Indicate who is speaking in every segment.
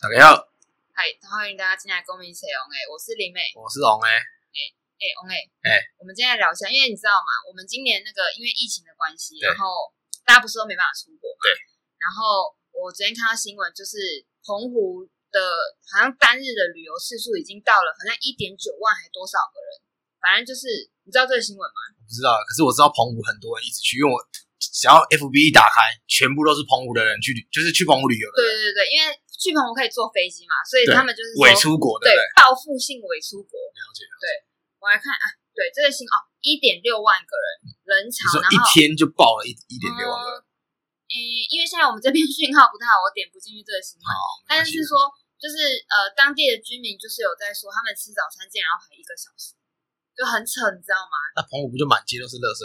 Speaker 1: 大家好，
Speaker 2: 嗨，欢迎大家进来跟我们一起聊哎，我是林美，
Speaker 1: 我是红诶，
Speaker 2: 哎、欸，翁哎，
Speaker 1: 哎
Speaker 2: 我们今天来聊一下，因为你知道吗？我们今年那个因为疫情的关系，
Speaker 1: 对
Speaker 2: 然后大家不是都没办法出国嘛？
Speaker 1: 对。
Speaker 2: 然后我昨天看到新闻，就是澎湖的，好像单日的旅游次数已经到了好像一点九万还多少个人，反正就是你知道这个新闻吗？
Speaker 1: 我不知道，可是我知道澎湖很多人一直去，因为我只要 FB 一打开，全部都是澎湖的人去旅，就是去澎湖旅游的人，
Speaker 2: 对对对对，因为去澎湖可以坐飞机嘛，所以
Speaker 1: 对
Speaker 2: 他们就是说
Speaker 1: 伪出国，对不
Speaker 2: 对
Speaker 1: 对？
Speaker 2: 报复性伪出国。
Speaker 1: 了解。
Speaker 2: 我来看啊，对这个新哦，一点六万个人
Speaker 1: 嗯你
Speaker 2: 人潮，
Speaker 1: 说
Speaker 2: 然
Speaker 1: 一
Speaker 2: 后。
Speaker 1: 天就爆了一一点六万个人，
Speaker 2: 嗯诶、因为现在我们这边 讯号不太好，我点不进去这个新闻。
Speaker 1: 好，没
Speaker 2: 但
Speaker 1: 关系
Speaker 2: 是说，就是呃，当地的居民就是有在说，他们吃早餐竟然要排一个小时，就很扯，你知道吗？
Speaker 1: 那澎湖不就满街都是垃圾，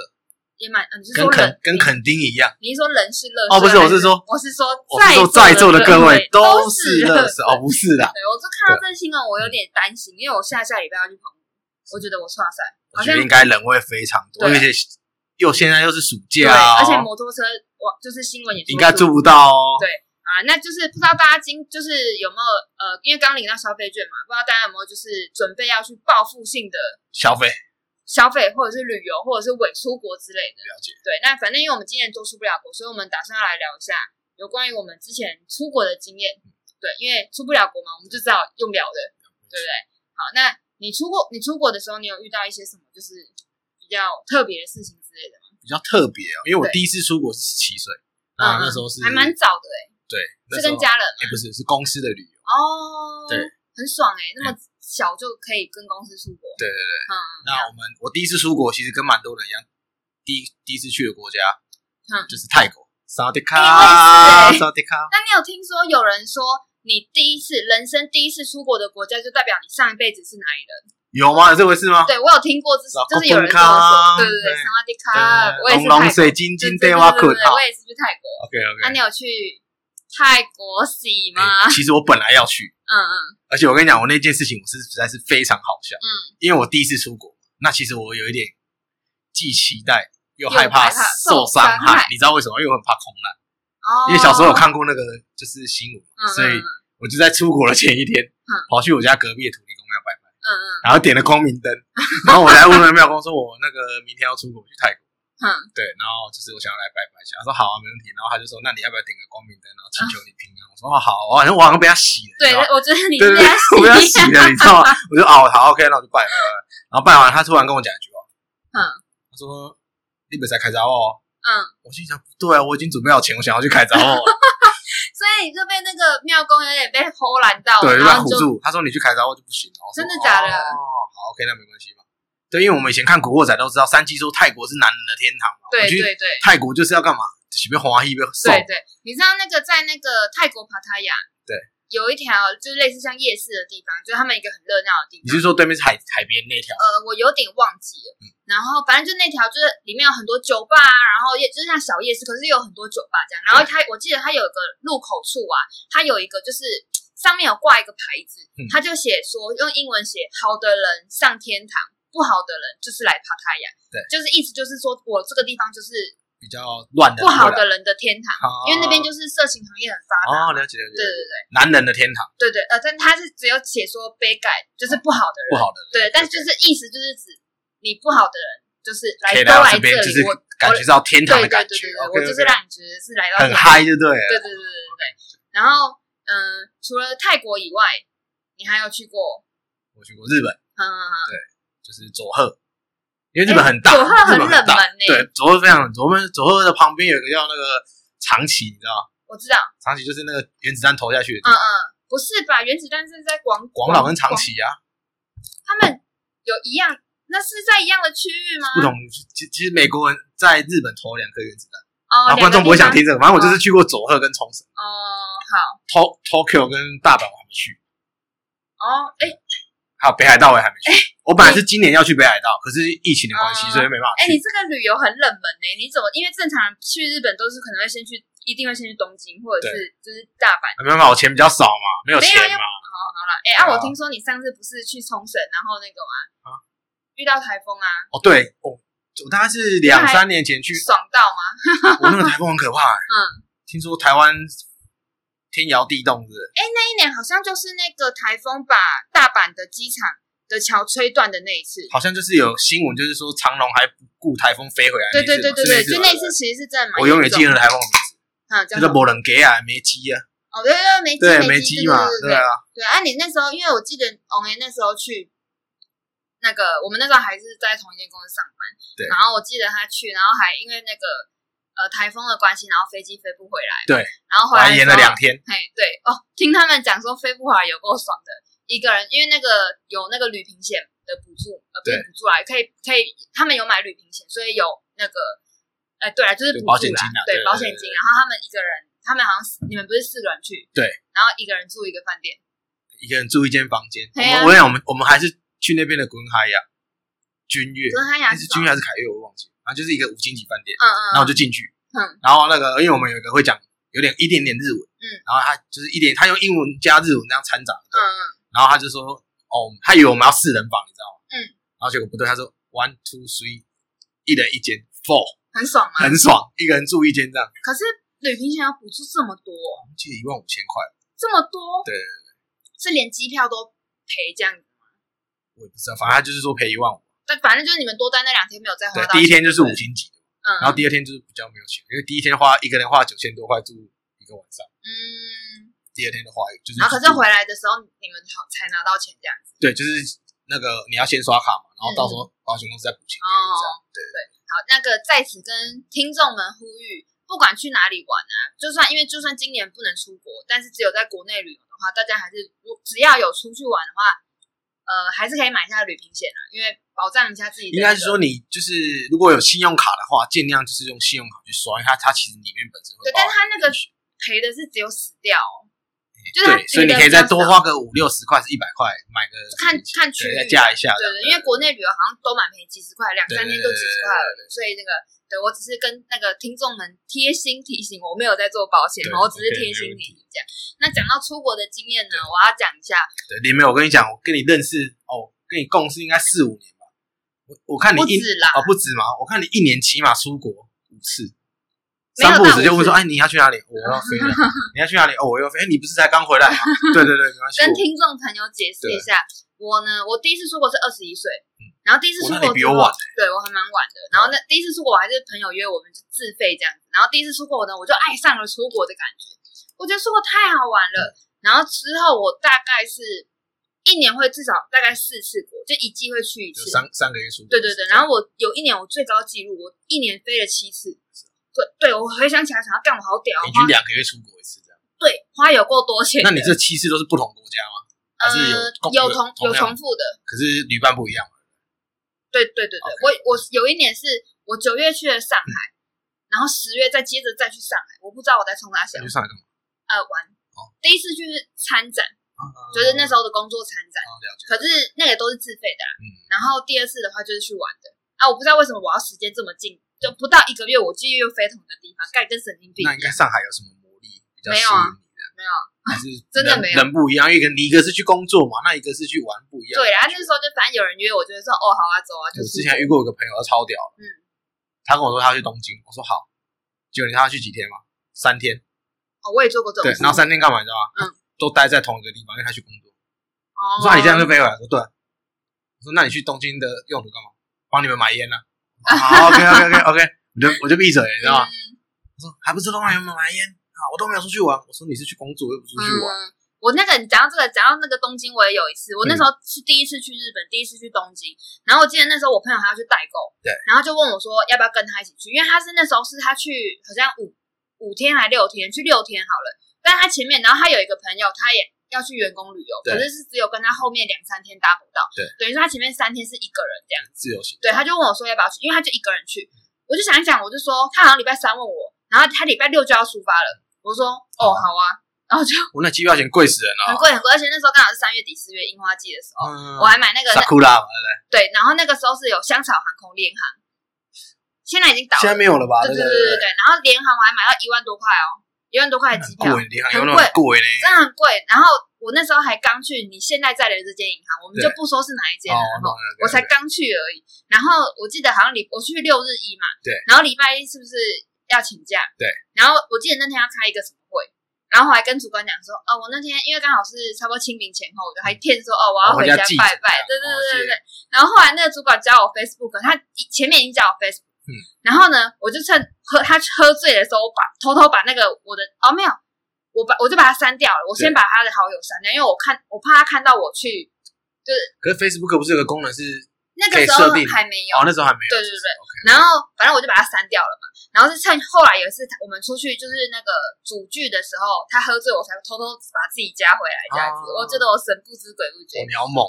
Speaker 2: 也蛮，呃、你是
Speaker 1: 跟
Speaker 2: 说人
Speaker 1: 垦跟垦丁一样？
Speaker 2: 你是说人是乐？
Speaker 1: 哦不是我是说
Speaker 2: 我是说，
Speaker 1: 我是说在座的各位都是
Speaker 2: 乐
Speaker 1: 垃圾哦，不是啦，
Speaker 2: 对，我就看到这个新闻，我有点担心，因为我下下礼拜要去澎湖，我觉得我哇塞，
Speaker 1: 我
Speaker 2: 好
Speaker 1: 觉
Speaker 2: 像
Speaker 1: 得应该人会非常多，而
Speaker 2: 对
Speaker 1: 且又现在又是暑
Speaker 2: 对，
Speaker 1: 假啊，
Speaker 2: 而且摩托车哇，就是新闻也说
Speaker 1: 应该
Speaker 2: 是
Speaker 1: 做不到哦。
Speaker 2: 对啊，那就是不知道大家今就是有没有呃，因为刚领到消费券嘛，不知道大家有没有就是准备要去报复性的
Speaker 1: 消费
Speaker 2: 消费，或者是旅游，或者是伪出国之类的。
Speaker 1: 了解，
Speaker 2: 对，那反正因为我们今年都出不了国，所以我们打算要来聊一下有关于我们之前出国的经验。对，因为出不了国嘛，我们就只好用聊的，对不对？好，那你出国，你出国的时候，你有遇到一些什么就是比较特别的事情之类的吗？
Speaker 1: 比较特别哦，因为我
Speaker 2: 对嗯
Speaker 1: 第一次出国是十七岁，啊，那时候是
Speaker 2: 还蛮早的哎、
Speaker 1: 对，那时
Speaker 2: 是
Speaker 1: 候
Speaker 2: 跟家人吗
Speaker 1: 哎、不是，是公司的旅游。
Speaker 2: 哦，
Speaker 1: 对，嗯
Speaker 2: 很爽哎、那么小就可以跟公司出国，
Speaker 1: 对对对，
Speaker 2: 嗯，
Speaker 1: 那我们我第一次出国，其实跟蛮多人一样，第一第一次去的国家，
Speaker 2: 嗯
Speaker 1: 就是泰国。萨迪
Speaker 2: 哎
Speaker 1: 卡
Speaker 2: 我，也是
Speaker 1: 萨迪卡，
Speaker 2: 那你有听说有人说你第一次人生第一次出国的国家，就代表你上一辈子是哪里人？
Speaker 1: 有吗？有这回事吗？
Speaker 2: 对我有听过，就是
Speaker 1: 啊老
Speaker 2: 就是有人这么说，
Speaker 1: 公公咖
Speaker 2: 对对对，
Speaker 1: 对啊
Speaker 2: 萨瓦迪卡，啊我也是
Speaker 1: 龙龙
Speaker 2: 泰国，
Speaker 1: 水晶
Speaker 2: 对
Speaker 1: 金
Speaker 2: 对对
Speaker 1: 对
Speaker 2: 对
Speaker 1: 哇
Speaker 2: 对
Speaker 1: 滚
Speaker 2: 对
Speaker 1: 好
Speaker 2: 我也是去泰国。
Speaker 1: ，OK
Speaker 2: 那
Speaker 1: 哦 OK。
Speaker 2: 你有去泰国洗吗？
Speaker 1: 哎其实我本来要去，
Speaker 2: 嗯嗯
Speaker 1: 而且我跟你讲，我那件事情我是实在是非常好笑，
Speaker 2: 嗯，
Speaker 1: 因为我第一次出国，那其实我有一点既期待又
Speaker 2: 又
Speaker 1: 害怕
Speaker 2: 害怕
Speaker 1: 受
Speaker 2: 受伤
Speaker 1: 害
Speaker 2: 害，
Speaker 1: 你知道为什么？因为我很怕空难。
Speaker 2: 哦，
Speaker 1: 因为小时候有看过那个就是新闻，
Speaker 2: 嗯，嗯
Speaker 1: 所以
Speaker 2: 嗯
Speaker 1: 我就在出国的前一天，跑去我家隔壁的土地公庙拜拜，
Speaker 2: 嗯嗯
Speaker 1: 然后点了光明灯，然后我来问了庙公说，我那个明天要出国去泰国，
Speaker 2: 嗯，
Speaker 1: 对，然后就是我想要来拜拜一下，他说好啊，没问题，然后他就说那你要不要点个光明灯，然后祈求你平安？我说哦好啊，好像我好像被他洗了，你
Speaker 2: 对，
Speaker 1: 知道吗
Speaker 2: 我觉得你
Speaker 1: 哦对
Speaker 2: 是
Speaker 1: 对，对我被他洗啊了，你知道吗？我就哦好 OK，那我就拜拜拜拜，然后拜完他突然跟我讲一句话，
Speaker 2: 嗯，
Speaker 1: 他说你别再开闸哦，
Speaker 2: 嗯，
Speaker 1: 我心想不对啊，我已经准备好钱，我想要去开闸哦。
Speaker 2: 所以你就被那个庙公有点被齁拦到了，
Speaker 1: 对，就
Speaker 2: 哦然
Speaker 1: 把
Speaker 2: 后
Speaker 1: 唬
Speaker 2: 你就
Speaker 1: 住。他说你去开闸我就不行哦。我说
Speaker 2: 真的假的
Speaker 1: 哦，好，OK，那没关系嘛。对，因为我们以前看《古惑仔》都知道，三鸡说泰国是男人的天堂嘛。我
Speaker 2: 对
Speaker 1: 去
Speaker 2: 对对。
Speaker 1: 泰国就是要干嘛？随便滑一边送。
Speaker 2: 对对，你知道那个在那个泰国帕塔亚，
Speaker 1: 对，
Speaker 2: 有一条就是类似像夜市的地方，就是他们一个很热闹的
Speaker 1: 你嗯
Speaker 2: 地方。
Speaker 1: 是说对面是海海边那条？
Speaker 2: 呃，我有点忘记了。然后反正就那条就是里面有很多酒吧啊，然后也就是像小夜市，可是有很多酒吧这样。然后它我记得它有一个入口处啊，它有一个就是上面有挂一个牌子
Speaker 1: 嗯，
Speaker 2: 它就写说用英文写“好的人上天堂，不好的人就是来帕塔亚”。
Speaker 1: 对，
Speaker 2: 就是意思就是说我这个地方就是
Speaker 1: 比较乱的，
Speaker 2: 不好的人的天堂，
Speaker 1: 啊，
Speaker 2: 因为那边就是色情行业很发
Speaker 1: 哦，
Speaker 2: 达。
Speaker 1: 了解了解，
Speaker 2: 对对对
Speaker 1: 男人的天堂，
Speaker 2: 对对，呃，但他是只有写说杯盖就是不好的人，
Speaker 1: 不好的人
Speaker 2: 对，但是就是意思就是指你不好的人，就是来
Speaker 1: 可以
Speaker 2: 都
Speaker 1: 来到
Speaker 2: 来
Speaker 1: 这
Speaker 2: 这
Speaker 1: 边，
Speaker 2: 里，
Speaker 1: 就是
Speaker 2: 我
Speaker 1: 感觉到天堂
Speaker 2: 对
Speaker 1: 的
Speaker 2: 对对
Speaker 1: 感
Speaker 2: 对
Speaker 1: 觉
Speaker 2: 对，。我
Speaker 1: OK，OK，
Speaker 2: 就是让你觉得是来到
Speaker 1: 很
Speaker 2: 天堂
Speaker 1: 嗨，就对了。
Speaker 2: 对对对对对对。然后，嗯、除了泰国以外，你还有去过？
Speaker 1: 我去过日本，
Speaker 2: 嗯，嗯嗯
Speaker 1: 就是佐贺，因为日本很大，
Speaker 2: 哎佐贺
Speaker 1: 日本
Speaker 2: 很冷
Speaker 1: 大
Speaker 2: 门欸呢、
Speaker 1: 对，佐贺非常，我们佐贺的旁边有一个叫那个长崎，你知道吗？
Speaker 2: 我知道，
Speaker 1: 长崎就是那个原子弹投下去的地方，
Speaker 2: 嗯嗯，不是吧？原子弹是在广
Speaker 1: 广岛跟长，崎啊，
Speaker 2: 广他们有一样，那是在一样的区域吗？
Speaker 1: 不同。其其实美国人在日本投了两颗原子弹，
Speaker 2: 哦，
Speaker 1: 啊然后观众不会想听这个。反正我
Speaker 2: 啊
Speaker 1: 就是去过佐贺跟冲绳
Speaker 2: 哦，好
Speaker 1: ，To Tokyo 跟大阪我还没去，
Speaker 2: 哦，哎、
Speaker 1: 还有北海道我也还没去。我本来是今年要去北海道，可是疫情的关系，
Speaker 2: 嗯
Speaker 1: 所以没办法
Speaker 2: 哎、
Speaker 1: 去。
Speaker 2: 你这个旅游很冷门呢、你怎么？因为正常人去日本都是可能会先去，一定会先去东京或者是就是大阪。
Speaker 1: 啊没办法，我钱比较少嘛，没有钱
Speaker 2: 没有
Speaker 1: 嘛。
Speaker 2: 好好了，哎、
Speaker 1: 对
Speaker 2: 啊，
Speaker 1: 啊
Speaker 2: 我听说你上次不是去冲绳，然后那个
Speaker 1: 啊
Speaker 2: 吗？遇到台风啊，
Speaker 1: 哦，对，我我大概是两三年前去，
Speaker 2: 爽到吗？
Speaker 1: 欸 我那个台风很可怕。
Speaker 2: 嗯，
Speaker 1: 听说台湾天摇地动的，
Speaker 2: 那一年好像就是那个台风把大阪的机场的桥吹断的那一次。
Speaker 1: 好像就是有新闻，就是说长龙还不顾台风飞回来那
Speaker 2: 对
Speaker 1: 一次嘛。
Speaker 2: 对对对
Speaker 1: 是
Speaker 2: 对，
Speaker 1: 一次
Speaker 2: 就
Speaker 1: 嘛
Speaker 2: 那一次其实是真的蛮
Speaker 1: 我永远
Speaker 2: 严重
Speaker 1: 记得台风的名字，
Speaker 2: 嗯，叫
Speaker 1: 就是
Speaker 2: 什么？
Speaker 1: 摩人给啊，没鸡啊，
Speaker 2: 哦，对对对，梅基
Speaker 1: 对，
Speaker 2: 梅
Speaker 1: 没
Speaker 2: 基
Speaker 1: 鸡嘛，
Speaker 2: 对
Speaker 1: 对啊，
Speaker 2: 对啊，你那时候，因为我记得我们那时候去那个，我们那时候还是在同一间公司上班。
Speaker 1: 对
Speaker 2: 然后我记得他去，然后还因为那个呃台风的关系，然后飞机飞不回来。
Speaker 1: 对。
Speaker 2: 然后
Speaker 1: 我
Speaker 2: 回
Speaker 1: 还
Speaker 2: 来的
Speaker 1: 延了
Speaker 2: 时候
Speaker 1: 两天，
Speaker 2: 嘿，对哦，听他们讲说飞不回来有够爽的，一个人因为那个有那个旅行险的补助，呃，不是
Speaker 1: 对
Speaker 2: 补助啊，可以可以，他们有买旅行险，所以有那个，呃，对啊，就是
Speaker 1: 对
Speaker 2: 补
Speaker 1: 保
Speaker 2: 助
Speaker 1: 险
Speaker 2: 啦
Speaker 1: 金啊对
Speaker 2: 对
Speaker 1: 对
Speaker 2: 保险
Speaker 1: 对
Speaker 2: 金。然后他们一个人，他们好像是你们不是四个人去，
Speaker 1: 对，
Speaker 2: 然后一个人住一个饭店，
Speaker 1: 一个人住一间房间。我
Speaker 2: 对啊
Speaker 1: 们我跟你讲，我们我们还是去那边的滚海呀，君悦，
Speaker 2: 跟他
Speaker 1: 那
Speaker 2: 讲
Speaker 1: 是君悦还是凯悦，我忘记了，反正就是一个五星级饭店。
Speaker 2: 嗯嗯，
Speaker 1: 然后我就进去，
Speaker 2: 嗯
Speaker 1: 然后那个因为我们有一个会讲有点一点点日文，
Speaker 2: 嗯
Speaker 1: 然后他就是一点他用英文加日文这样掺杂，
Speaker 2: 嗯嗯，
Speaker 1: 然后他就说哦，他以为我们要四人房，你知道吗？
Speaker 2: 嗯，
Speaker 1: 然后结果不对，他说 one two three，一人一间，four，
Speaker 2: 很爽嘛。
Speaker 1: 很爽，一个人住一间这样，
Speaker 2: 可是旅行险要补助这么多，
Speaker 1: 我记得一万五千块，
Speaker 2: 这么多，
Speaker 1: 对对
Speaker 2: 是连机票都赔这样子。
Speaker 1: 我也不知道，反正他就是说赔一万五，
Speaker 2: 但反正就是你们多待那两天没有再花
Speaker 1: 对
Speaker 2: 到，
Speaker 1: 第
Speaker 2: 钱，
Speaker 1: 一天就是五
Speaker 2: 对不对
Speaker 1: 星级的，然
Speaker 2: 嗯，
Speaker 1: 后第二天就是比较没有钱，因为第一天花一个人花九千多块住一个晚上，
Speaker 2: 嗯。
Speaker 1: 第二天的话就是
Speaker 2: 然后可是回来的时候，你们好才拿到钱这样子。
Speaker 1: 对，就是那个你要先刷卡嘛，然后到时候保险公司再补钱。
Speaker 2: 嗯哦
Speaker 1: 这样，
Speaker 2: 好，那个在此跟听众们呼吁，不管去哪里玩啊，就算因为就算今年不能出国，但是只有在国内旅游的话，大家还是如只要有出去玩的话，呃，还是可以买一下旅行险啊，因为保障一下自己的
Speaker 1: 应
Speaker 2: 那
Speaker 1: 该
Speaker 2: 个、
Speaker 1: 是说你就是如果有信用卡的话，尽量就是用信用卡去刷，因为它它其实里面本身会
Speaker 2: 对，
Speaker 1: 包
Speaker 2: 但是
Speaker 1: 含
Speaker 2: 他那个赔的是只有死掉、哦，就是它
Speaker 1: 嗯对，所以你可以再多花个五六十块，是一百块买个
Speaker 2: 看看区
Speaker 1: 对
Speaker 2: 域
Speaker 1: 再加一下这
Speaker 2: 对
Speaker 1: 样。
Speaker 2: 对，因为国内旅游好像都蛮便宜，几十块，两三天就几十块而已。所以那个，对我只是跟那个听众们贴心提醒，我没有在做保险
Speaker 1: 对
Speaker 2: 嘛，我只是
Speaker 1: OK，
Speaker 2: 贴心
Speaker 1: 没问
Speaker 2: 提醒这样。那讲到出国的经验呢，我要讲一下，
Speaker 1: 对林梅，我跟你讲，我跟你认识哦，跟你共事应该四五年吧。我我看你
Speaker 2: 不
Speaker 1: 一
Speaker 2: 止啦，
Speaker 1: 哦不止嘛，我看你一年起码出国五次。
Speaker 2: 没有
Speaker 1: 三不五
Speaker 2: 到
Speaker 1: 时就问
Speaker 2: 五次
Speaker 1: 说：“哎，你要去哪里？我要飞了。 你要去哪里？哦，我要飞。哎，你不是才刚回来吗？ 对对对，没关系。
Speaker 2: 跟
Speaker 1: 我
Speaker 2: 听众朋友解释一下，我呢，我第一次出国是二十一岁，然后第一次出
Speaker 1: 哇
Speaker 2: 国
Speaker 1: 那你嗯比我
Speaker 2: 之后
Speaker 1: 晚欸嗯
Speaker 2: 对我还蛮晚的。然后那第一次出国，我还是朋友约我们就自费这样子。然后第一次出国呢，我就爱上了出国的感觉，我觉得出国太好玩了。
Speaker 1: 嗯
Speaker 2: 然后之后我大概是一年会至少大概四次国，就一季会去一
Speaker 1: 就
Speaker 2: 次。
Speaker 1: 三三个月出国。
Speaker 2: 对对对，然后我有一年我最高纪录，我一年飞了七次。对对，我回想起来，想要干我好屌，
Speaker 1: 啊平
Speaker 2: 花
Speaker 1: 均两个月出国一次这样。
Speaker 2: 对花有够多钱的。
Speaker 1: 那你这七次都是不同国家吗？还是有
Speaker 2: 呃
Speaker 1: 共
Speaker 2: 有重有
Speaker 1: 样
Speaker 2: 重复的，
Speaker 1: 可是旅伴不一样嘛？
Speaker 2: 对对对对
Speaker 1: OK 嗯
Speaker 2: 我我有一年是我九月去了上海，然后十月再接着再去上海，我不知道我在冲哪
Speaker 1: 那
Speaker 2: 想
Speaker 1: 就上来干嘛？
Speaker 2: 呃玩。
Speaker 1: 哦
Speaker 2: 第一次去是参展，就
Speaker 1: 觉得
Speaker 2: 是那时候的工作参展，
Speaker 1: 哦了解，
Speaker 2: 可是那个都是自费的啦。啊
Speaker 1: 嗯，
Speaker 2: 然后第二次的话就是去玩的啊，我不知道为什么我要时间这么近，就不到一个月我就又飞同一个地方，干跟神经病一
Speaker 1: 那应该
Speaker 2: 样。
Speaker 1: 上海有什么魔力比较
Speaker 2: 没
Speaker 1: 吸
Speaker 2: 有啊
Speaker 1: 引你的？
Speaker 2: 没有啊
Speaker 1: 还是
Speaker 2: 真的
Speaker 1: 人
Speaker 2: 没有
Speaker 1: 人不一样，一个你一个是去工作嘛，那一个是去玩不一样。
Speaker 2: 对，然后那时候就反正有人约我，就会说哦好啊走啊，就
Speaker 1: 我之
Speaker 2: 是
Speaker 1: 前遇过一个朋友，他超屌，
Speaker 2: 嗯
Speaker 1: 嗯，他跟我说他要去东京，我说好，结果你知道他去几天吗？三天，
Speaker 2: 哦我也做过这种
Speaker 1: 对，
Speaker 2: 事，
Speaker 1: 然后三天干嘛你知道吗？
Speaker 2: 嗯，
Speaker 1: 都待在同一个地方，因为他去工作。
Speaker 2: 哦
Speaker 1: 我说、啊、你这样就飞回来，我说对啊。我说那你去东京的用途干嘛？帮你们买 烟呢、啊？好，OK OK OK OK，我就我就闭嘴，你知道吗？
Speaker 2: 嗯
Speaker 1: 他说还不是帮你们买烟啊，我都没有出去玩。我说你是去工作又不是出去玩，
Speaker 2: 嗯、我那个你讲到这个，讲到那个东京，我也有一次，我那时
Speaker 1: 嗯
Speaker 2: 候是第一次去日本，第一次去东京，然后我记得那时候我朋友还要去代购，
Speaker 1: 对，
Speaker 2: 然后就问我说要不要跟他一起去，因为他是那时候是他去好像五五天还六天，去六天好了，但他前面，然后他有一个朋友，他也要去员工旅游，
Speaker 1: 对
Speaker 2: 可是是只有跟他后面两三天搭不到，
Speaker 1: 对，
Speaker 2: 等于说他前面三天是一个人这样。
Speaker 1: 自由行。
Speaker 2: 对，他就问我说要不要去，因为他就一个人去。我就想一想，我就说他好像礼拜三问我，然后他礼拜六就要出发了，我说哦好啊，然后就
Speaker 1: 我那机票钱贵死人
Speaker 2: 很
Speaker 1: 了、
Speaker 2: 贵很贵，而且那时候刚好是三月底四月樱花季的时候，
Speaker 1: 嗯，
Speaker 2: 我还买那个
Speaker 1: 萨库拉嘛，对不对？
Speaker 2: 对，然后那个时候是有香草航空联航，现在已经倒
Speaker 1: 现
Speaker 2: 了
Speaker 1: 在，没有了吧？
Speaker 2: 对
Speaker 1: 对
Speaker 2: 对对
Speaker 1: 对，
Speaker 2: 对，然后联航我还买到一万多块哦，一万多块的机票，
Speaker 1: 贵，你还有
Speaker 2: 很
Speaker 1: 那
Speaker 2: 贵
Speaker 1: 种贵呢。
Speaker 2: 真的很贵。然后我那时候还刚去你现在在的这间银行，我们就不说是哪一间
Speaker 1: 哦
Speaker 2: 了，，
Speaker 1: 懂
Speaker 2: 吼
Speaker 1: 了
Speaker 2: 我才刚去而已。然后我记得好像礼我去六日一嘛，
Speaker 1: 对，
Speaker 2: 然后礼拜一是不是要请假？
Speaker 1: 对，
Speaker 2: 然后我记得那天要开一个什么会，然然后我还跟主管讲说，哦，我那天因为刚好是差不多清明前后，我就还骗说，哦，我要
Speaker 1: 哦回
Speaker 2: 回
Speaker 1: 家
Speaker 2: 家
Speaker 1: 祭祖
Speaker 2: 拜拜。
Speaker 1: 这样
Speaker 2: 对
Speaker 1: 哦
Speaker 2: 对对对
Speaker 1: 是
Speaker 2: 对。然后后来那个主管加我 Facebook，他以前面已经加我 Facebook，
Speaker 1: 嗯
Speaker 2: 然后呢，我就趁喝他喝醉的时候，我把偷偷把那个我的哦没有，我把我就把他删掉了，我先
Speaker 1: 对
Speaker 2: 把他的好友删掉，因为我看我怕他看到我去
Speaker 1: 可是 Facebook 不是有个功能是
Speaker 2: 那
Speaker 1: 可
Speaker 2: 个
Speaker 1: 以
Speaker 2: 时候
Speaker 1: 设定
Speaker 2: 还没有。
Speaker 1: 哦，那时候还没有，
Speaker 2: 对对对然后反正我就把它删掉了嘛。然后是趁后来有一次他我们出去就是那个组剧的时候，他喝醉，我才偷偷把自己加回来这样子。
Speaker 1: 哦
Speaker 2: 我觉得我神不知鬼不觉
Speaker 1: 我，哦鸟猛，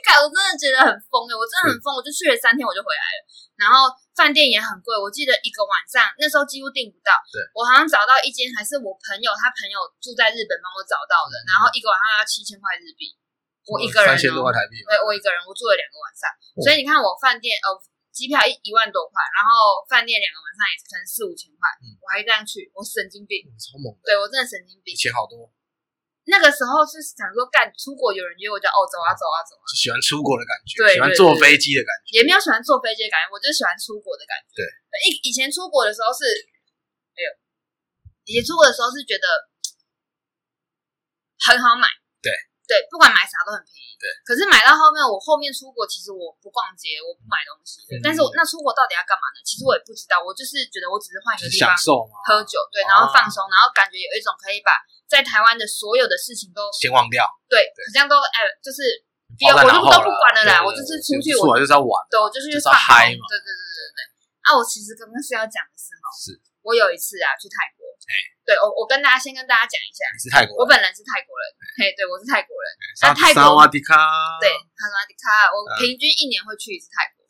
Speaker 2: 看我真的觉得很疯哎、我真的很疯，我就去了三天我就回来了。然后饭店也很贵，我记得一个晚上那时候几乎订不到。
Speaker 1: 对，
Speaker 2: 我好像找到一间还是我朋友他朋友住在日本帮我找到的，然后一个晚上要七千块日币，我一个
Speaker 1: 嗯
Speaker 2: 人、
Speaker 1: 三千多
Speaker 2: 哦
Speaker 1: 块。台币吧，
Speaker 2: 对，我一个人，我住了两个晚上，所以你看我饭店呃，机票一一万多块，然后饭店两个晚上也可能四五千块，
Speaker 1: 嗯
Speaker 2: 我还这样去，我神经病，
Speaker 1: 嗯超猛的，
Speaker 2: 对我真的神经病。
Speaker 1: 钱好多，
Speaker 2: 那个时候是想说干出国有人约我就哦走啊走啊走啊，
Speaker 1: 就喜欢出国的感觉，
Speaker 2: 对
Speaker 1: 喜欢
Speaker 2: 对
Speaker 1: 坐
Speaker 2: 对
Speaker 1: 飞机的感觉，
Speaker 2: 也没有喜欢坐飞机的感觉，我就喜欢出国的感觉。
Speaker 1: 对，
Speaker 2: 以以前出国的时候是，哎呦，以前出国的时候是觉得很好买，
Speaker 1: 对
Speaker 2: 对，不管买啥都很便宜。
Speaker 1: 对，
Speaker 2: 可是买到后面，我后面出国其实我不逛街，我不买东西
Speaker 1: 嗯
Speaker 2: 的但是我那出国到底要干嘛呢？其实我也不知道，我就是觉得我只是换一
Speaker 1: 就
Speaker 2: 个
Speaker 1: 是
Speaker 2: 地
Speaker 1: 享
Speaker 2: 方
Speaker 1: 受嘛，
Speaker 2: 喝酒，对，
Speaker 1: 哦
Speaker 2: 然后放松，然后感觉有一种可以把在台湾的所有的事情都
Speaker 1: 先忘掉，
Speaker 2: 对，好像都哎，就是不要
Speaker 1: 抛在
Speaker 2: 我
Speaker 1: 脑
Speaker 2: 就
Speaker 1: 后
Speaker 2: 都不管了啦，
Speaker 1: 对
Speaker 2: 我
Speaker 1: 对
Speaker 2: 就是
Speaker 1: 对
Speaker 2: 出去
Speaker 1: 出
Speaker 2: 我
Speaker 1: 来就是要玩，
Speaker 2: 对，我就是
Speaker 1: 就
Speaker 2: 去
Speaker 1: 是
Speaker 2: 放
Speaker 1: 要嗨
Speaker 2: 空
Speaker 1: 嘛
Speaker 2: 对对对对对。啊，我其实刚刚是要讲的是哦，
Speaker 1: 是
Speaker 2: 我有一次啊去泰国，对我我跟大家先跟大家讲一下，
Speaker 1: 你是泰国
Speaker 2: 我
Speaker 1: 人，
Speaker 2: 本人是泰国人，嘿，对我是泰国人，
Speaker 1: 沙
Speaker 2: 啊泰国
Speaker 1: 沙瓦迪卡，
Speaker 2: 对，，他说迪卡，我
Speaker 1: 嗯
Speaker 2: 平均一年会去一次泰国，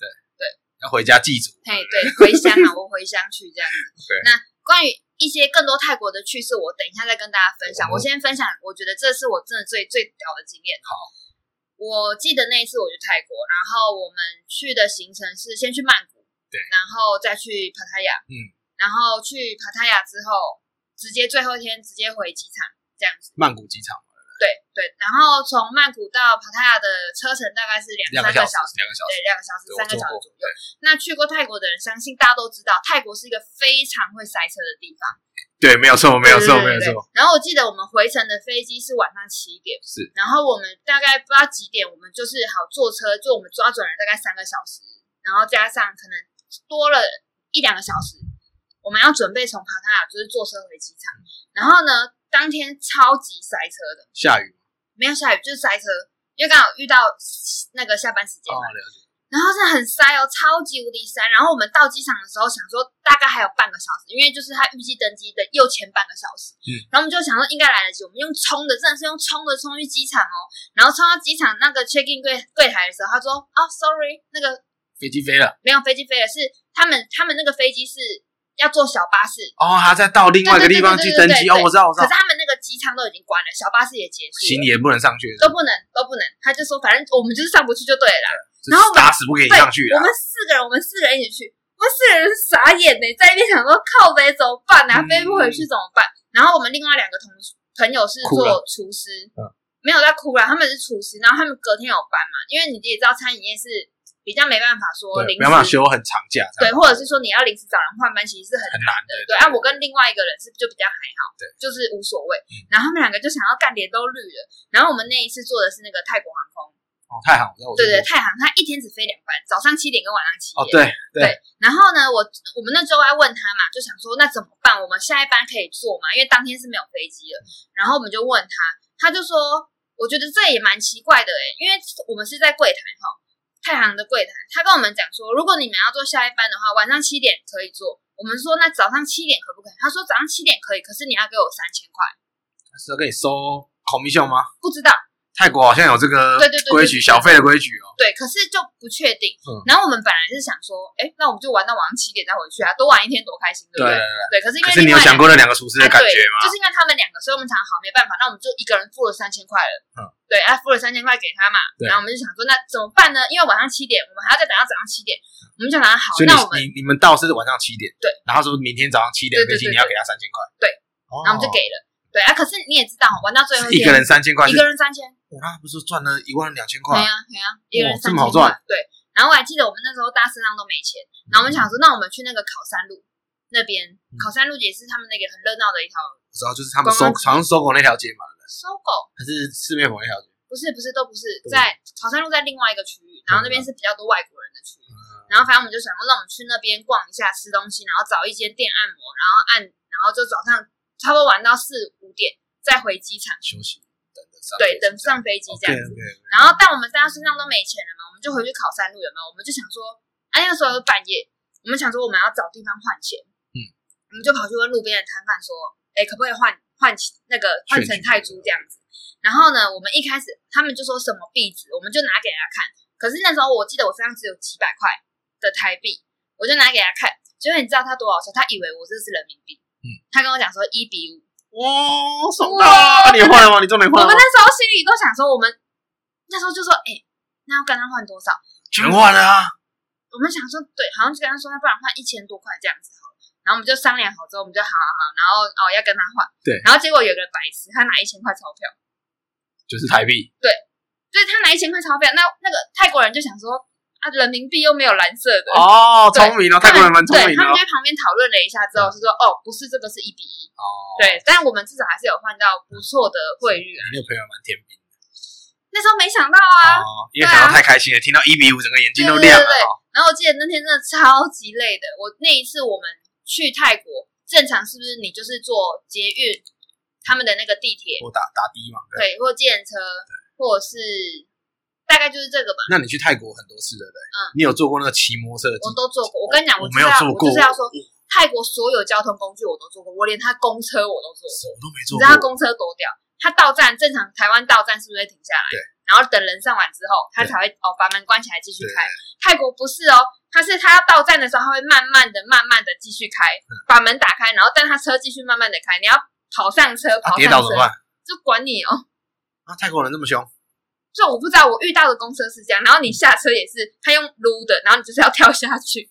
Speaker 1: 要回家祭祖，
Speaker 2: 嘿，对， 回乡啊，我回乡去这样子
Speaker 1: OK。
Speaker 2: 那关于一些更多泰国的趣事，我等一下再跟大家分享。
Speaker 1: 我
Speaker 2: 我
Speaker 1: 们
Speaker 2: 先分享，我觉得这是我真的最最屌的经验。
Speaker 1: 好，
Speaker 2: 我记得那一次我去泰国，然后我们去的行程是先去曼谷，
Speaker 1: 对，
Speaker 2: 然后再去帕塔亚，
Speaker 1: 嗯，
Speaker 2: 然后去帕塔亚之后，直接最后一天直接回机场这样子。
Speaker 1: 曼谷机场
Speaker 2: 对对，然后从曼谷到帕塔亚的车程大概是两
Speaker 1: 两个
Speaker 2: 三
Speaker 1: 小
Speaker 2: 个
Speaker 1: 时
Speaker 2: 小时，，
Speaker 1: 两个小时对我
Speaker 2: 对，，两个小时、三个
Speaker 1: 坐
Speaker 2: 小时
Speaker 1: 过
Speaker 2: 左右。那去过泰国的人，相信大家都知道，泰国是一个非常会塞车的地方。
Speaker 1: 对，没有错，没有
Speaker 2: 对
Speaker 1: 错，
Speaker 2: 对
Speaker 1: 没有
Speaker 2: 对
Speaker 1: 错，
Speaker 2: 然后我记得我们回程的飞机是晚上七点，
Speaker 1: 是
Speaker 2: 然后我们大概不知道几点，我们就是好坐车，就我们抓准了大概三个小时，然后加上可能多了一两个小时，我们要准备从帕塔亚就是坐车回机
Speaker 1: 嗯
Speaker 2: 场。然后呢，当天超级塞车的，
Speaker 1: 下雨
Speaker 2: 没有下雨就是塞车，因为刚好遇到那个下班时间
Speaker 1: 哦
Speaker 2: 嘛。，
Speaker 1: 了解，
Speaker 2: 然后是很塞哦，超级无敌塞。然后我们到机场的时候想说大概还有半个小时，因为就是他预计登机的又前半个小时。
Speaker 1: 嗯
Speaker 2: 然后我们就想说应该来得及，我们用冲的，真的是用冲的冲去机场哦。然后冲到机场那个 check in 柜柜台的时候，他说哦，sorry，那个
Speaker 1: 飞机飞了，
Speaker 2: 没有飞机飞了，是他们他们那个飞机是要坐小巴士。
Speaker 1: 哦，还要再到另外一个地方去登机，
Speaker 2: 对对对对对对
Speaker 1: 哦，我知道，我知道
Speaker 2: 可是，他们那个机舱都已经关了，小巴士也结束
Speaker 1: 行
Speaker 2: 了，
Speaker 1: 李也不能上去，
Speaker 2: 都不能都不能。他就说，反正我们就是上不去就对了啦。
Speaker 1: 就
Speaker 2: 然后我们
Speaker 1: 打死不给你上去啊
Speaker 2: 我
Speaker 1: 的，
Speaker 2: 们四个人，我们四个人一起去，我们四个人傻眼呢、在那边想说靠北怎么办
Speaker 1: 嗯
Speaker 2: 啊？飞不回去怎么办？然后我们另外两个同事朋友是
Speaker 1: 哭
Speaker 2: 做
Speaker 1: 了
Speaker 2: 厨师，
Speaker 1: 嗯
Speaker 2: 没有在哭啦，他们是厨师，然后他们隔天有班嘛，因为你也知道餐饮业是比较没办法说
Speaker 1: 对，没
Speaker 2: 临
Speaker 1: 办法
Speaker 2: 时。
Speaker 1: 休很长假，
Speaker 2: 对，或者是说你要临时找人换班，其实是很
Speaker 1: 很难的，
Speaker 2: 对啊，我跟另外一个人是就比较还好，
Speaker 1: 对，
Speaker 2: 就是无所谓
Speaker 1: 嗯。
Speaker 2: 然后他们两个就想要干，脸都绿了。然后我们那一次坐的是那个泰国航空，
Speaker 1: 哦，太好了，我
Speaker 2: 对对，泰航，它一天只飞两班，早上七点跟晚上七
Speaker 1: 哦
Speaker 2: 点。，
Speaker 1: 对
Speaker 2: 对，然后呢，我我们那时候还问他嘛，就想说那怎么办？我们下一班可以坐嘛？因为当天是没有飞机了。然后我们就问他，他就说，我觉得这也蛮奇怪的诶、因为我们是在柜台哈，太行的柜台，他跟我们讲说，如果你们要坐下一班的话，晚上七点可以坐。我们说那早上七点可不可以？他说早上七点可以，可是你要给我三千块，
Speaker 1: 是要给你收 commission 吗？
Speaker 2: 不知道。
Speaker 1: 泰国好像有这个
Speaker 2: 对对对对
Speaker 1: 规矩，小费的规矩哦，
Speaker 2: 对，可是就不确定。
Speaker 1: 嗯
Speaker 2: 然后我们本来是想说，哎、那我们就玩到晚上七点再回去啊，多玩一天多开心，
Speaker 1: 对
Speaker 2: 对不
Speaker 1: 对
Speaker 2: 对？
Speaker 1: 对。
Speaker 2: 对，可是因为
Speaker 1: 可是你有
Speaker 2: 另外
Speaker 1: 想
Speaker 2: 两个
Speaker 1: 过那两个厨师的感觉
Speaker 2: 哎对就
Speaker 1: 吗？
Speaker 2: 是因为他们两个，所以我们常好没办法，那我们就一个人付了三千块了。
Speaker 1: 嗯，
Speaker 2: 对，啊，付了三千块给他嘛，
Speaker 1: 对
Speaker 2: 然后我们就想说，那怎么办呢？因为晚上七点，我们还要再等到早上七点，我们就想好
Speaker 1: 所，以
Speaker 2: 那我们
Speaker 1: 你你你们到是晚上七点，
Speaker 2: 对，
Speaker 1: 然后说明天早上七点
Speaker 2: 对对
Speaker 1: 飞机你
Speaker 2: 对
Speaker 1: 要给他三千块，
Speaker 2: 对
Speaker 1: 哦，
Speaker 2: 然后我们就给了。对啊，可是你也知道，玩到最后
Speaker 1: 是一个人
Speaker 2: 天
Speaker 1: 三千块，是
Speaker 2: 一个人三千，
Speaker 1: 我那不是赚了一万两千
Speaker 2: 对
Speaker 1: 块，
Speaker 2: 啊对啊，一个人
Speaker 1: 哇这
Speaker 2: 三千
Speaker 1: 么好
Speaker 2: 块
Speaker 1: 赚，
Speaker 2: 对。然后我还记得我们那时候大身上都没钱，然后我们想说，那我们去那个考山路那边，
Speaker 1: 嗯
Speaker 2: 考山路也是他们那个很热闹的一条
Speaker 1: 我知道，就是他们搜
Speaker 2: 观光
Speaker 1: 好像搜狗那条街嘛，
Speaker 2: 搜狗
Speaker 1: 还是四面佛那条街？
Speaker 2: 不是不是都不是
Speaker 1: 对
Speaker 2: 在潮汕路在另外一个区域，然后那边是比较多外国人的区域。然后反正我们就想说，让我们去那边逛一下，吃东西，然后找一间店按摩，然后按，然后就早上差不多玩到四五点，再回机场，
Speaker 1: 休息等着上
Speaker 2: 对，等上飞机这样
Speaker 1: 对
Speaker 2: 子。
Speaker 1: 对，
Speaker 2: 然后但我们大家身上都没钱了嘛，我们就回去考山路有没有？我们就想说，哎、那时候有半夜，我们想说我们要找地方换钱，
Speaker 1: 嗯，
Speaker 2: 我们就跑去问路边的摊贩说，哎、可不可以换换起那个换成泰铢这样子？然后呢，我们一开始他们就说什么币值，我们就拿给他看。可是那时候我记得我身上只有几百块的台币，我就拿给他看。结果你知道他多少钱？他以为我这是人民币，
Speaker 1: 嗯，
Speaker 2: 他跟我讲说一比五，
Speaker 1: 哇，爽到！
Speaker 2: 哇
Speaker 1: 啊，你换了吗？你终于
Speaker 2: 我
Speaker 1: 换了吗
Speaker 2: 们那，时候心里都想说，我们那时候就说，哎、那要跟他换多少？
Speaker 1: 全换了啊！
Speaker 2: 我们想说，对，好像就跟他说，那不然换一千多块这样子好了。然后我们就商量好之后，我们就好好好，然后哦要跟他换，
Speaker 1: 对
Speaker 2: 然后结果有个白痴，他拿一千块钞票，
Speaker 1: 就是台币，
Speaker 2: 就是他拿一千块钞票，那那个泰国人就想说啊，人民币又没有蓝色的，
Speaker 1: 哦，
Speaker 2: 对
Speaker 1: 聪明哦，
Speaker 2: 他
Speaker 1: 泰国
Speaker 2: 们
Speaker 1: 人蛮聪
Speaker 2: 对
Speaker 1: 明的
Speaker 2: 他们
Speaker 1: 哦
Speaker 2: 就。在旁边讨论了一下之后，就说哦，不是这个是一比一，
Speaker 1: 哦，
Speaker 2: 对，但我们至少还是有换到不错的汇率啊。
Speaker 1: 你那个朋友蛮天兵的
Speaker 2: 那时候没想到啊，
Speaker 1: 哦，因为感到太开心了，听到一比五，整个眼睛都亮了
Speaker 2: 对对对
Speaker 1: 哦。
Speaker 2: 然后我记得那天真的超级累的。我那一次我们去泰国，正常是不是你就是坐捷运，他们的那个地铁，
Speaker 1: 我打打的嘛，对。
Speaker 2: 对，或计程车，或者是大概就是这个吧。
Speaker 1: 那你去泰国很多次对不对？
Speaker 2: 嗯
Speaker 1: 你有坐过那个骑摩托车的机
Speaker 2: 我？都坐过。我跟你讲，
Speaker 1: 我
Speaker 2: 就
Speaker 1: 没有
Speaker 2: 是要
Speaker 1: 坐
Speaker 2: 我
Speaker 1: 过，
Speaker 2: 就是要说
Speaker 1: 我，
Speaker 2: 泰国所有交通工具我都坐过，我连他公车我都坐过。
Speaker 1: 我都没
Speaker 2: 你
Speaker 1: 坐
Speaker 2: 知道他
Speaker 1: 过。
Speaker 2: 公车多屌？他到站正常，台湾到站是不是会停下来？
Speaker 1: 对。
Speaker 2: 然后等人上完之后，他
Speaker 1: 对
Speaker 2: 才会哦把门关起来继续
Speaker 1: 对
Speaker 2: 开。泰国不是哦，他是他要到站的时候，他会慢慢的、慢慢的继续开，
Speaker 1: 嗯
Speaker 2: 把门打开，然后但他车继续慢慢的开，你要跑上车，
Speaker 1: 啊，
Speaker 2: 跑
Speaker 1: 跌倒
Speaker 2: 上
Speaker 1: 怎么
Speaker 2: 车，
Speaker 1: 办？
Speaker 2: 就管你哦。
Speaker 1: 啊，泰国人这么凶，
Speaker 2: 就我不知道我遇到的公车是这样，然后你下车也是他用撸的，然后你就是要跳下去。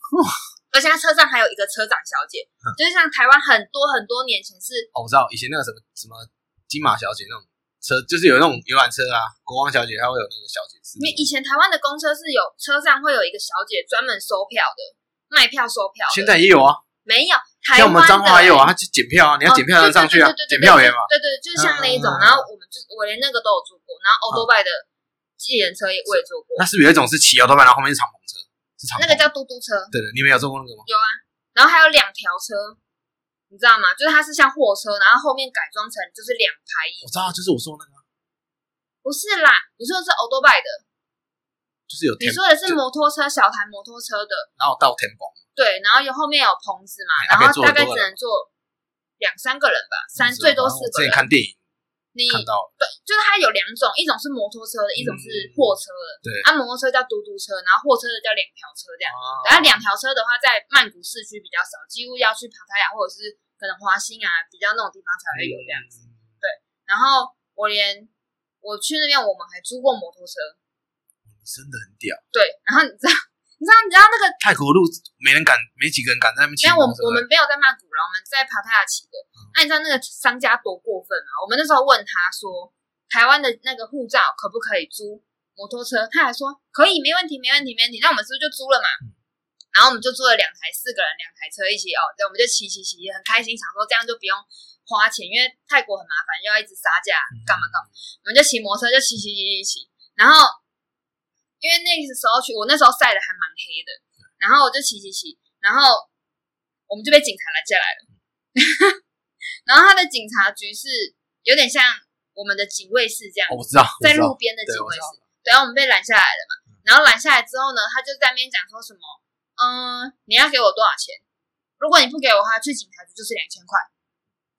Speaker 2: 而且他车上还有一个车长小姐，
Speaker 1: 嗯
Speaker 2: 就是像台湾很多很多年前是
Speaker 1: 哦，我知道以前那个什么什么金马小姐那种车，就是有那种游览车啊，国王小姐她会有那个小姐是
Speaker 2: 因
Speaker 1: 那
Speaker 2: 为
Speaker 1: 种
Speaker 2: 以前台湾的公车是有车上会有一个小姐专门收票的，卖票收票的。
Speaker 1: 现在也有啊，
Speaker 2: 没有，台
Speaker 1: 像
Speaker 2: 湾
Speaker 1: 我们彰化
Speaker 2: 的
Speaker 1: 也有啊，，他就检票啊，你要检票才能上去啊
Speaker 2: 哦，对
Speaker 1: 检
Speaker 2: 对对对对
Speaker 1: 票员嘛。
Speaker 2: 对对，对就是像那一种。
Speaker 1: 嗯嗯嗯嗯
Speaker 2: 然后我们就我连那个都有坐过，然后欧多拜的计程车也我也坐过
Speaker 1: 那，是不是有一种是骑哦摇头板，然后后面是敞篷车，是敞篷。
Speaker 2: 那个叫嘟嘟车，
Speaker 1: 对的，你们有坐过那个吗？
Speaker 2: 有啊。然后还有两条车，你知道吗？就是它是像货车，然后后面改装成就是两排椅
Speaker 1: 我。知道啊，就是我说那个啊，
Speaker 2: 不是啦，你说的是欧多拜的，
Speaker 1: 就是有
Speaker 2: 你
Speaker 1: tempo，
Speaker 2: 说的是摩托车小台摩托车的，
Speaker 1: 然后到 tempo，
Speaker 2: 对，然后有后面有棚子嘛，
Speaker 1: 哎
Speaker 2: 然
Speaker 1: 还可以
Speaker 2: 后
Speaker 1: 坐很
Speaker 2: 大概
Speaker 1: 多
Speaker 2: 只
Speaker 1: 人啊
Speaker 2: 能坐两三个人吧，三最多四
Speaker 1: 我之
Speaker 2: 个
Speaker 1: 前
Speaker 2: 人。
Speaker 1: 看电影
Speaker 2: 你
Speaker 1: 看到了，
Speaker 2: 对，就是它有两种，一种是摩托车的，一种是货车的。
Speaker 1: 对
Speaker 2: 啊，摩托车叫嘟嘟车，然后货车的叫两条车这样。
Speaker 1: 啊
Speaker 2: 然后两条车的话，在曼谷市区比较少，几乎要去帕塔雅或者是可能华兴啊，比较那种地方才会有这样。
Speaker 1: 子。嗯
Speaker 2: 然后我连我去那边，我们还租过摩托车。
Speaker 1: 你真的很屌，
Speaker 2: 对，然后你知道，你知道，你知道那个
Speaker 1: 泰国路没人敢，没几个人敢在那边骑
Speaker 2: 因为我
Speaker 1: 摩
Speaker 2: 们
Speaker 1: 托车。
Speaker 2: 我们没有在曼谷了，我们在帕塔亚骑的。那、你知道那个商家多过分吗？我们那时候问他说，台湾的那个护照可不可以租摩托车？他还说可以，没问题，没问题，没问题。那我们是不是就租了嘛？
Speaker 1: 嗯
Speaker 2: 然后我们就租了两台，四个人两台车一起哦，对，我们就骑骑骑，很开心，想说这样就不用花钱，因为泰国很麻烦，又要一直杀价，干嘛干嘛。我们就骑摩托车，就骑骑骑骑骑，然后因为那个时候去，我那时候晒的还蛮黑的，然后我就骑骑骑，然后我们就被警察拦下来了。 然后他的警察局是有点像我们的警卫室这样，
Speaker 1: 哦，我知道，我
Speaker 2: 在
Speaker 1: 知道
Speaker 2: 路边的警
Speaker 1: 对，我
Speaker 2: 卫
Speaker 1: 知道嗯
Speaker 2: 室。然后我们被拦下来了嘛，然后拦下来之后呢，他就在那边讲说什么，嗯，你要给我多少钱？如果你不给我的话，去警察局就是两千块。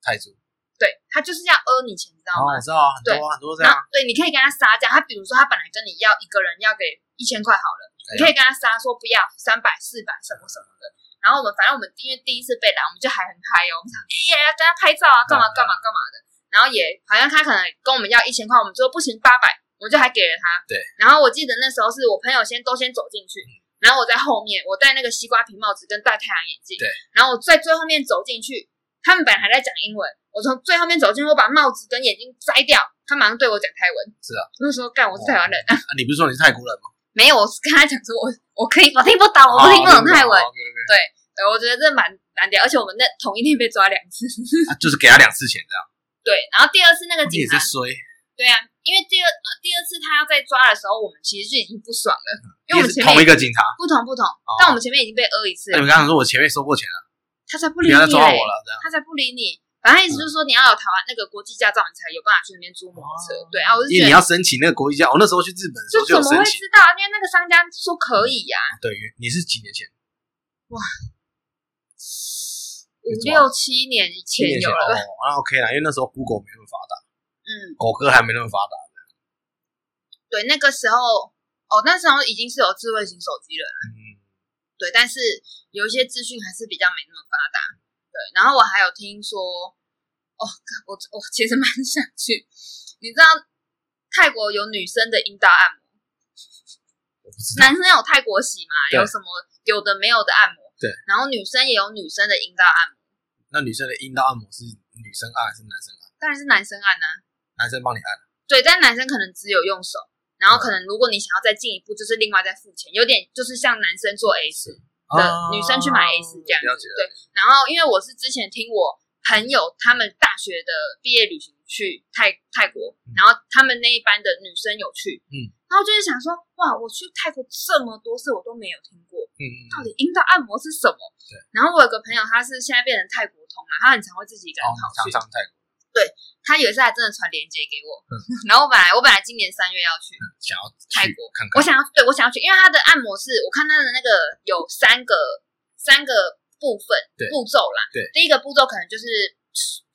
Speaker 1: 泰铢。
Speaker 2: 对他就是要讹你钱，你知道
Speaker 1: 哦，我
Speaker 2: 吗？
Speaker 1: 知道啊，很多啊很多这样
Speaker 2: 那。对，你可以跟他杀价。他比如说，他本来跟你要一个人要给一千块好了，
Speaker 1: 哎
Speaker 2: 你可以跟他杀说不要三百、四百什么什么的。然后我们反正我们因为第一次被拦，我们就还很嗨哦，我们想哎呀跟他拍照
Speaker 1: 嗯
Speaker 2: 啊，干嘛干嘛干嘛的。然后也好像他可能跟我们要一千块，我们说不行八百，我们就还给了他。
Speaker 1: 对。
Speaker 2: 然后我记得那时候是我朋友先都先走进去，然后我在后面，我戴那个西瓜皮帽子跟戴太阳眼镜。
Speaker 1: 对。
Speaker 2: 然后我在最后面走进去，他们本来还在讲英文，我从最后面走进去，我把帽子跟眼镜摘掉，他马上对我讲泰文。
Speaker 1: 是啊。
Speaker 2: 我就说干，我是台湾人。
Speaker 1: 啊，你不是说你是泰国人吗？哦
Speaker 2: 没有，我是跟他讲说我我可以，我听不懂，我不听不懂泰文。
Speaker 1: 哦，OK，OK，
Speaker 2: 对，对，我觉得这蛮难的，而且我们那同一天被抓两次，
Speaker 1: 啊就是给他两次钱这样，
Speaker 2: 对，然后第二次那个
Speaker 1: 你也
Speaker 2: 警察
Speaker 1: 是，衰，
Speaker 2: 对啊，因为第二呃第二次他要再抓的时候，我们其实就已经不爽了，因为
Speaker 1: 你嗯也
Speaker 2: 我们
Speaker 1: 是
Speaker 2: 前
Speaker 1: 同
Speaker 2: 面
Speaker 1: 一个警察。哦
Speaker 2: 不同不同，但我们前面已经被讹一次
Speaker 1: 那你们
Speaker 2: 了，
Speaker 1: 刚刚说我前面收过钱了，
Speaker 2: 他才不
Speaker 1: 不
Speaker 2: 理你哎
Speaker 1: 要再
Speaker 2: 嘞，
Speaker 1: 抓我了，这样
Speaker 2: 他才不理你。反正意思就是说，你要有台湾那个国际驾照，你才有办法去那边租摩托车。
Speaker 1: 哦
Speaker 2: 对啊，我是
Speaker 1: 因为你
Speaker 2: 觉
Speaker 1: 要
Speaker 2: 得，
Speaker 1: 申请那个国际驾，我那时候去日本的时候
Speaker 2: 就
Speaker 1: 就
Speaker 2: 怎
Speaker 1: 有
Speaker 2: 么会
Speaker 1: 申请。
Speaker 2: 知道？因为那个商家说可以呀、
Speaker 1: 对，你是几年前？没错啊
Speaker 2: 五六七年以
Speaker 1: 七
Speaker 2: 前
Speaker 1: 年前
Speaker 2: 有
Speaker 1: 哦，
Speaker 2: 了。
Speaker 1: 那 OK 啦，因为那时候 Google 没那么发达，
Speaker 2: 嗯，
Speaker 1: 狗哥还没那么发达。
Speaker 2: 对，那个时候，哦，那时候已经是有智慧型手机了啦。
Speaker 1: 嗯，
Speaker 2: 对，但是有一些资讯还是比较没那么发达。对，然后我还有听说，哦，干我我其实蛮想去。你知道泰国有女生的阴道按摩，
Speaker 1: 我不知道。
Speaker 2: 男生有泰国洗嘛，
Speaker 1: 对
Speaker 2: 有什么有的没有的按摩，
Speaker 1: 对，
Speaker 2: 然后女生也有女生的阴道按摩，
Speaker 1: 那女生的阴道按摩是女生按还是男生按？
Speaker 2: 当然是男生按啊，
Speaker 1: 男生帮你按，
Speaker 2: 对，但男生可能只有用手，然后可
Speaker 1: 嗯
Speaker 2: 能如果你想要再进一步，就是另外再付钱，有点就是像男生做 A 四，
Speaker 1: 啊哦
Speaker 2: 女生去买 S 这样
Speaker 1: 了解了解。
Speaker 2: 然后因为我是之前听我朋友他们大学的毕业旅行去泰泰国
Speaker 1: 嗯，
Speaker 2: 然后他们那一班的女生有去，
Speaker 1: 嗯，
Speaker 2: 然后就是想说，哇，我去泰国这么多次，我都没有听过，
Speaker 1: 嗯嗯
Speaker 2: 到
Speaker 1: 嗯。
Speaker 2: 底阴道按摩是什么？
Speaker 1: 对。
Speaker 2: 然后我有个朋友，他是现在变成泰国通了，他很常会自己一个人
Speaker 1: 哦，
Speaker 2: 跑
Speaker 1: 常
Speaker 2: 去。
Speaker 1: 常泰国
Speaker 2: 他有一次还真的传链接给我，
Speaker 1: 嗯
Speaker 2: 然后我本来我本来今年三月要去，
Speaker 1: 想要去
Speaker 2: 泰国
Speaker 1: 看
Speaker 2: 我
Speaker 1: 看，
Speaker 2: 想要对我想要去，因为他的按摩是我看他的那个有三个三个部分
Speaker 1: 对
Speaker 2: 步骤啦，
Speaker 1: 对，
Speaker 2: 第一个步骤可能就是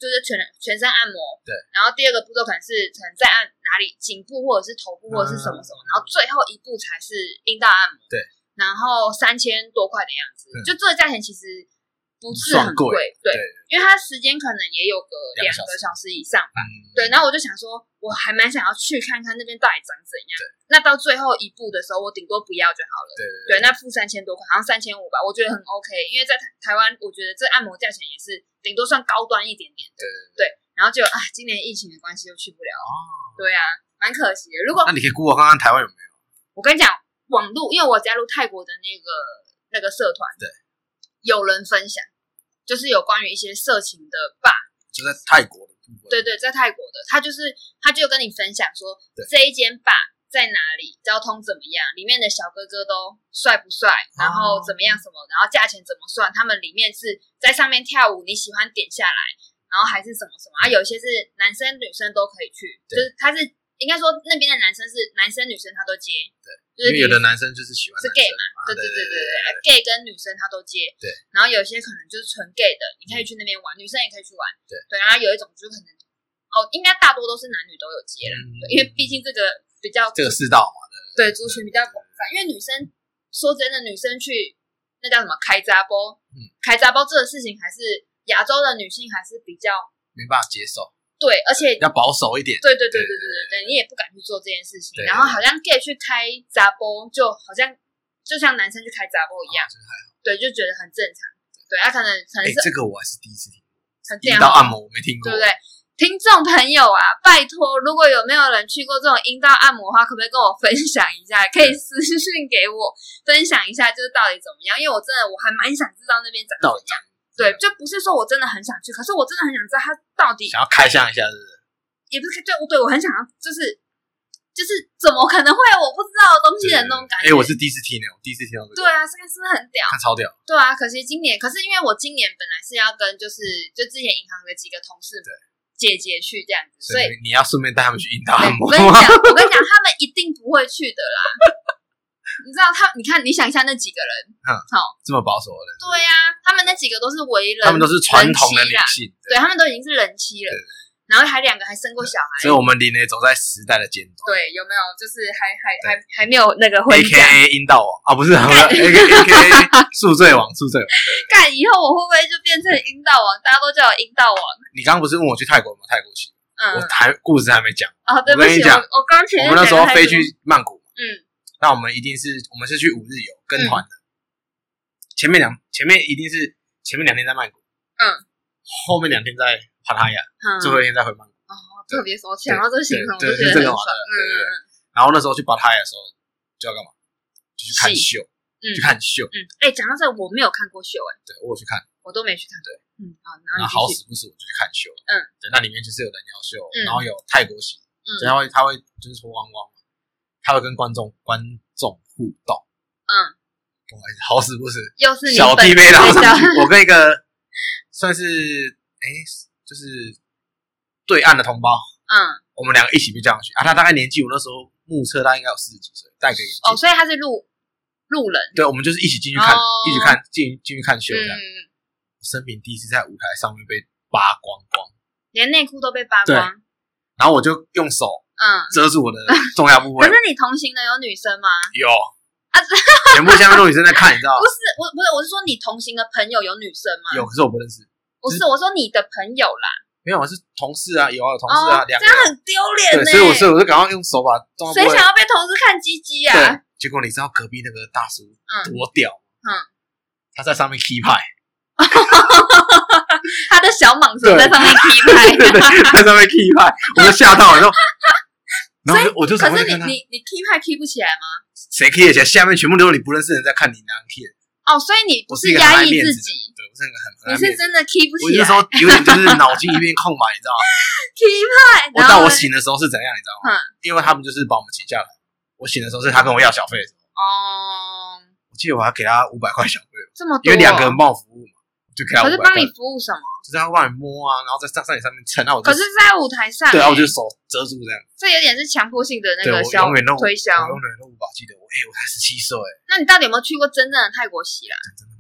Speaker 2: 就是全全身按摩，
Speaker 1: 对，
Speaker 2: 然后第二个步骤可能是可能在按哪里颈部或者是头部或者是什么什么，然后最后一步才是阴道按摩，
Speaker 1: 嗯对，
Speaker 2: 然后三千多块的样子，
Speaker 1: 嗯
Speaker 2: 就这个价钱其实不是
Speaker 1: 算
Speaker 2: 很
Speaker 1: 贵
Speaker 2: 对，
Speaker 1: 对
Speaker 2: 因为它时间可能也有个
Speaker 1: 两
Speaker 2: 两
Speaker 1: 个小
Speaker 2: 个
Speaker 1: 时
Speaker 2: 小时以上。
Speaker 1: 嗯，
Speaker 2: 对，然后我就想说，我还蛮想要去看看那边到底长怎样。那到最后一步的时候，我顶多不要就好了。
Speaker 1: 对对对，
Speaker 2: 对，那付三千多块，好像三千五吧，我觉得很 OK，因为在台台湾，我觉得这按摩价钱也是顶多算高端一点点的。对然后就啊，今年疫情的关系又去不了。
Speaker 1: 哦，
Speaker 2: 对啊，蛮可惜的。如果
Speaker 1: 那你可以 Google 看看台湾有没有
Speaker 2: 我跟你讲，网络，因为我加入泰国的那个那个社团，
Speaker 1: 对，
Speaker 2: 有人分享，就是有关于一些色情的吧。
Speaker 1: 就在泰国的部分。
Speaker 2: 对对，在泰国的，他就是他就跟你分享说
Speaker 1: 对
Speaker 2: 这一间吧在哪里，交通怎么样，里面的小哥哥都帅不帅，然
Speaker 1: 哦
Speaker 2: 后怎么样什么，然后价钱怎么算，他们里面是在上面跳舞，你喜欢点下来，然后还是什么什么啊，有些是男生女生都可以去，就
Speaker 1: 对
Speaker 2: 是他是应该说那边的男生是男生女生他都接，对，就是
Speaker 1: 因为有
Speaker 2: 比
Speaker 1: 的
Speaker 2: 如
Speaker 1: 男生就是喜欢
Speaker 2: 是
Speaker 1: 男
Speaker 2: gay
Speaker 1: 生嘛对
Speaker 2: 对对对对
Speaker 1: 对
Speaker 2: 对，gay 跟女生他都接。
Speaker 1: 对，
Speaker 2: 然后有些可能就是纯 gay 的，你可以去那边玩，女生也可以去玩。
Speaker 1: 对
Speaker 2: 对，然后有一种就是可能哦，应该大多都是男女都有接了，
Speaker 1: 嗯
Speaker 2: 对因为毕竟这个比较
Speaker 1: 这个世道嘛，
Speaker 2: 对族群比较广泛，因为女生说真的，女生去那叫什么开闸包，
Speaker 1: 嗯，
Speaker 2: 开闸包这个事情还是亚洲的女性还是比较
Speaker 1: 没办法接受，
Speaker 2: 对，而且
Speaker 1: 要保守一点。
Speaker 2: 对对对对
Speaker 1: 对
Speaker 2: 对对对，你也不敢去做这件事情。
Speaker 1: 对
Speaker 2: 然后好像 gay 去开杂波，就好像就像男生去开杂波一样，
Speaker 1: 哦就是还
Speaker 2: 对，就觉得很正常。对，他、可能可能
Speaker 1: 哎
Speaker 2: 是，
Speaker 1: 这个我还是第一次听，
Speaker 2: 很这
Speaker 1: 阴
Speaker 2: 样
Speaker 1: 道按
Speaker 2: 哦，
Speaker 1: 摩我没听过
Speaker 2: 对不，对？听众朋友啊，拜托，如果有没有人去过这种阴道按摩的话，可不可以跟我分享一下？可以私信给我分享一下，就是到底怎么样？因为我真的我还蛮想知道那边长怎
Speaker 1: 到底啊
Speaker 2: 样。对，就不是说我真的很想去，可是我真的很想知道它到底
Speaker 1: 想要开箱一下，是不是？
Speaker 2: 也不是对我对我很想要，就是就是怎么可能会有我不知道的东西的那种感
Speaker 1: 哎，
Speaker 2: 觉？
Speaker 1: 我是第一次听呢，我第一次听到这个，
Speaker 2: 对啊，这个是不是很屌？
Speaker 1: 看超屌，
Speaker 2: 对啊，可惜今年，可是因为我今年本来是要跟就是就之前银行的几个同事
Speaker 1: 对
Speaker 2: 姐姐去这样子，
Speaker 1: 所
Speaker 2: 所以
Speaker 1: 以你要顺便带他们去阴道按
Speaker 2: 对
Speaker 1: 摩
Speaker 2: 我。跟你 讲，我跟你讲，他们一定不会去的啦。你知道他？你看，你想一下那几个人，
Speaker 1: 嗯
Speaker 2: 好，
Speaker 1: 这么保守的人，
Speaker 2: 对呀、他们那几个都是为人，
Speaker 1: 他们都是传统的
Speaker 2: 人
Speaker 1: 女
Speaker 2: 妻啦，
Speaker 1: 性，
Speaker 2: 对他们都已经是人妻了
Speaker 1: 对，
Speaker 2: 然后还两个还生过小孩
Speaker 1: 所以，我们林雷走在时代的尖端
Speaker 2: 对，有没有？就是还还还还没有那个婚
Speaker 1: ，A K。
Speaker 2: 嫁
Speaker 1: A 阴道王啊，不 是 A K A K A 宿醉王，宿醉王。对
Speaker 2: 干以后我会不会就变成阴道王？大家都叫我阴道王。
Speaker 1: 你刚刚不是问我去泰国有没有泰国行？
Speaker 2: 嗯
Speaker 1: 我，还故事还没讲。
Speaker 2: 哦，对不
Speaker 1: 我跟
Speaker 2: 起，
Speaker 1: 你
Speaker 2: 我
Speaker 1: 讲
Speaker 2: 我刚前
Speaker 1: 我
Speaker 2: 面
Speaker 1: 们那时候
Speaker 2: 讲得
Speaker 1: 飞
Speaker 2: 太
Speaker 1: 去
Speaker 2: 多
Speaker 1: 曼谷，
Speaker 2: 嗯，
Speaker 1: 那我们一定是我们是去五日游跟团的，前面两前面一定是前面两天在曼谷，
Speaker 2: 嗯，
Speaker 1: 后面两天在帕塔亚，
Speaker 2: 嗯
Speaker 1: 最后一天再回曼谷。
Speaker 2: 哦，特别熟，想到这个行程我
Speaker 1: 对
Speaker 2: 就
Speaker 1: 对对
Speaker 2: 觉得很爽。
Speaker 1: 对
Speaker 2: 嗯
Speaker 1: 对然后那时候去帕塔亚的时候就要干嘛？就去看秀，
Speaker 2: 戏嗯
Speaker 1: 去看秀，
Speaker 2: 嗯，哎、讲到这个我没有看过秀、哎，
Speaker 1: 对我有去看，
Speaker 2: 我都没去看。对，嗯，好，然
Speaker 1: 然后啊
Speaker 2: 后你
Speaker 1: 好
Speaker 2: 继续
Speaker 1: 死不死我就去看秀，
Speaker 2: 嗯，
Speaker 1: 对，那里面就是有人妖秀，
Speaker 2: 嗯
Speaker 1: 然后有泰国型，
Speaker 2: 嗯
Speaker 1: 所以他会他会就是脱光光嘛，他会跟观众观众互动，
Speaker 2: 嗯，
Speaker 1: 哇，好死不死
Speaker 2: 又是你
Speaker 1: 小
Speaker 2: 本
Speaker 1: 弟妹然后
Speaker 2: 对小
Speaker 1: 我跟一 个算是哎、就是对岸的同胞，
Speaker 2: 嗯，
Speaker 1: 我们两个一起被叫上去啊，他大概年纪我那时候目测他应该有四十几岁，戴个眼镜，
Speaker 2: 哦，所以他是路路人，
Speaker 1: 对，我们就是一起进去看，
Speaker 2: 哦
Speaker 1: 一起看进进去看秀这样。
Speaker 2: 嗯，
Speaker 1: 生平第一次在舞台上面被扒光光，
Speaker 2: 连内裤都被扒光，
Speaker 1: 然后我就用手
Speaker 2: 嗯。
Speaker 1: 遮住我的重要部
Speaker 2: 可
Speaker 1: 位
Speaker 2: 是，你同行的有女生吗？
Speaker 1: 有，
Speaker 2: 啊
Speaker 1: 全部下面都有女生在看，你知道
Speaker 2: 不
Speaker 1: 吗？
Speaker 2: 是，我不是，我是说你同行的朋友有女生吗？
Speaker 1: 有，可是我不认识，
Speaker 2: 不是，我说你的朋友啦。
Speaker 1: 没有，我是同事啊，有啊，有同事啊，
Speaker 2: 哦，这
Speaker 1: 两个
Speaker 2: 样
Speaker 1: 人，
Speaker 2: 很欸丢脸
Speaker 1: 对，
Speaker 2: 呢。
Speaker 1: 所以我是我就赶快用手把重要部
Speaker 2: 谁
Speaker 1: 位
Speaker 2: 想要被同事看鸡鸡啊？
Speaker 1: 对，结果你知道隔壁那个大叔
Speaker 2: 嗯
Speaker 1: 多屌
Speaker 2: 嗯
Speaker 1: 吗？他在上面 key 派，
Speaker 2: 他的小蟒蛇在上面踢拍。
Speaker 1: 对对，在上面 key 派，我就吓到了，然 后然后我就我就赶
Speaker 2: 可
Speaker 1: 快
Speaker 2: 是
Speaker 1: 去
Speaker 2: 你
Speaker 1: 看他，
Speaker 2: 你你踢派踢不起来吗？
Speaker 1: 谁 key 得起来？下面全部都是你不认识的人在看你那样 key，的
Speaker 2: 哦，所以你
Speaker 1: 我
Speaker 2: 不
Speaker 1: 是一个很
Speaker 2: 压
Speaker 1: 爱
Speaker 2: 抑
Speaker 1: 面
Speaker 2: 自
Speaker 1: 子的
Speaker 2: 己，
Speaker 1: 对我是那个很很
Speaker 2: 你
Speaker 1: 爱面
Speaker 2: 是
Speaker 1: 子
Speaker 2: 真的踢不
Speaker 1: 我
Speaker 2: 起
Speaker 1: 那
Speaker 2: 来
Speaker 1: 时。候有点就是脑筋一片空白，你知道 吗？
Speaker 2: 踢派，
Speaker 1: 我
Speaker 2: 然
Speaker 1: 到我
Speaker 2: 后呢
Speaker 1: 醒的时候是怎样，你知道吗
Speaker 2: 嗯？
Speaker 1: 因为他们就是把我们请下来，我醒的时候是他跟我要小费的时候，
Speaker 2: 哦，
Speaker 1: 我记得我还给他五百块小费，
Speaker 2: 这么多哦，
Speaker 1: 因为两个人帮我服务嘛，就给他五
Speaker 2: 可是
Speaker 1: 百
Speaker 2: 帮
Speaker 1: 块
Speaker 2: 你，服务什么？
Speaker 1: 就是他会帮你摸啊，然后在上上你上面蹭，然后我就
Speaker 2: 可是，在舞台上欸，
Speaker 1: 对啊，我就手遮住这样，
Speaker 2: 这有点是强迫性的那
Speaker 1: 对我
Speaker 2: 个销
Speaker 1: 永远都
Speaker 2: 推销。
Speaker 1: 我永远都无法记得我，哎，我才十七岁，
Speaker 2: 那你到底有没有去过真正的泰国洗啦？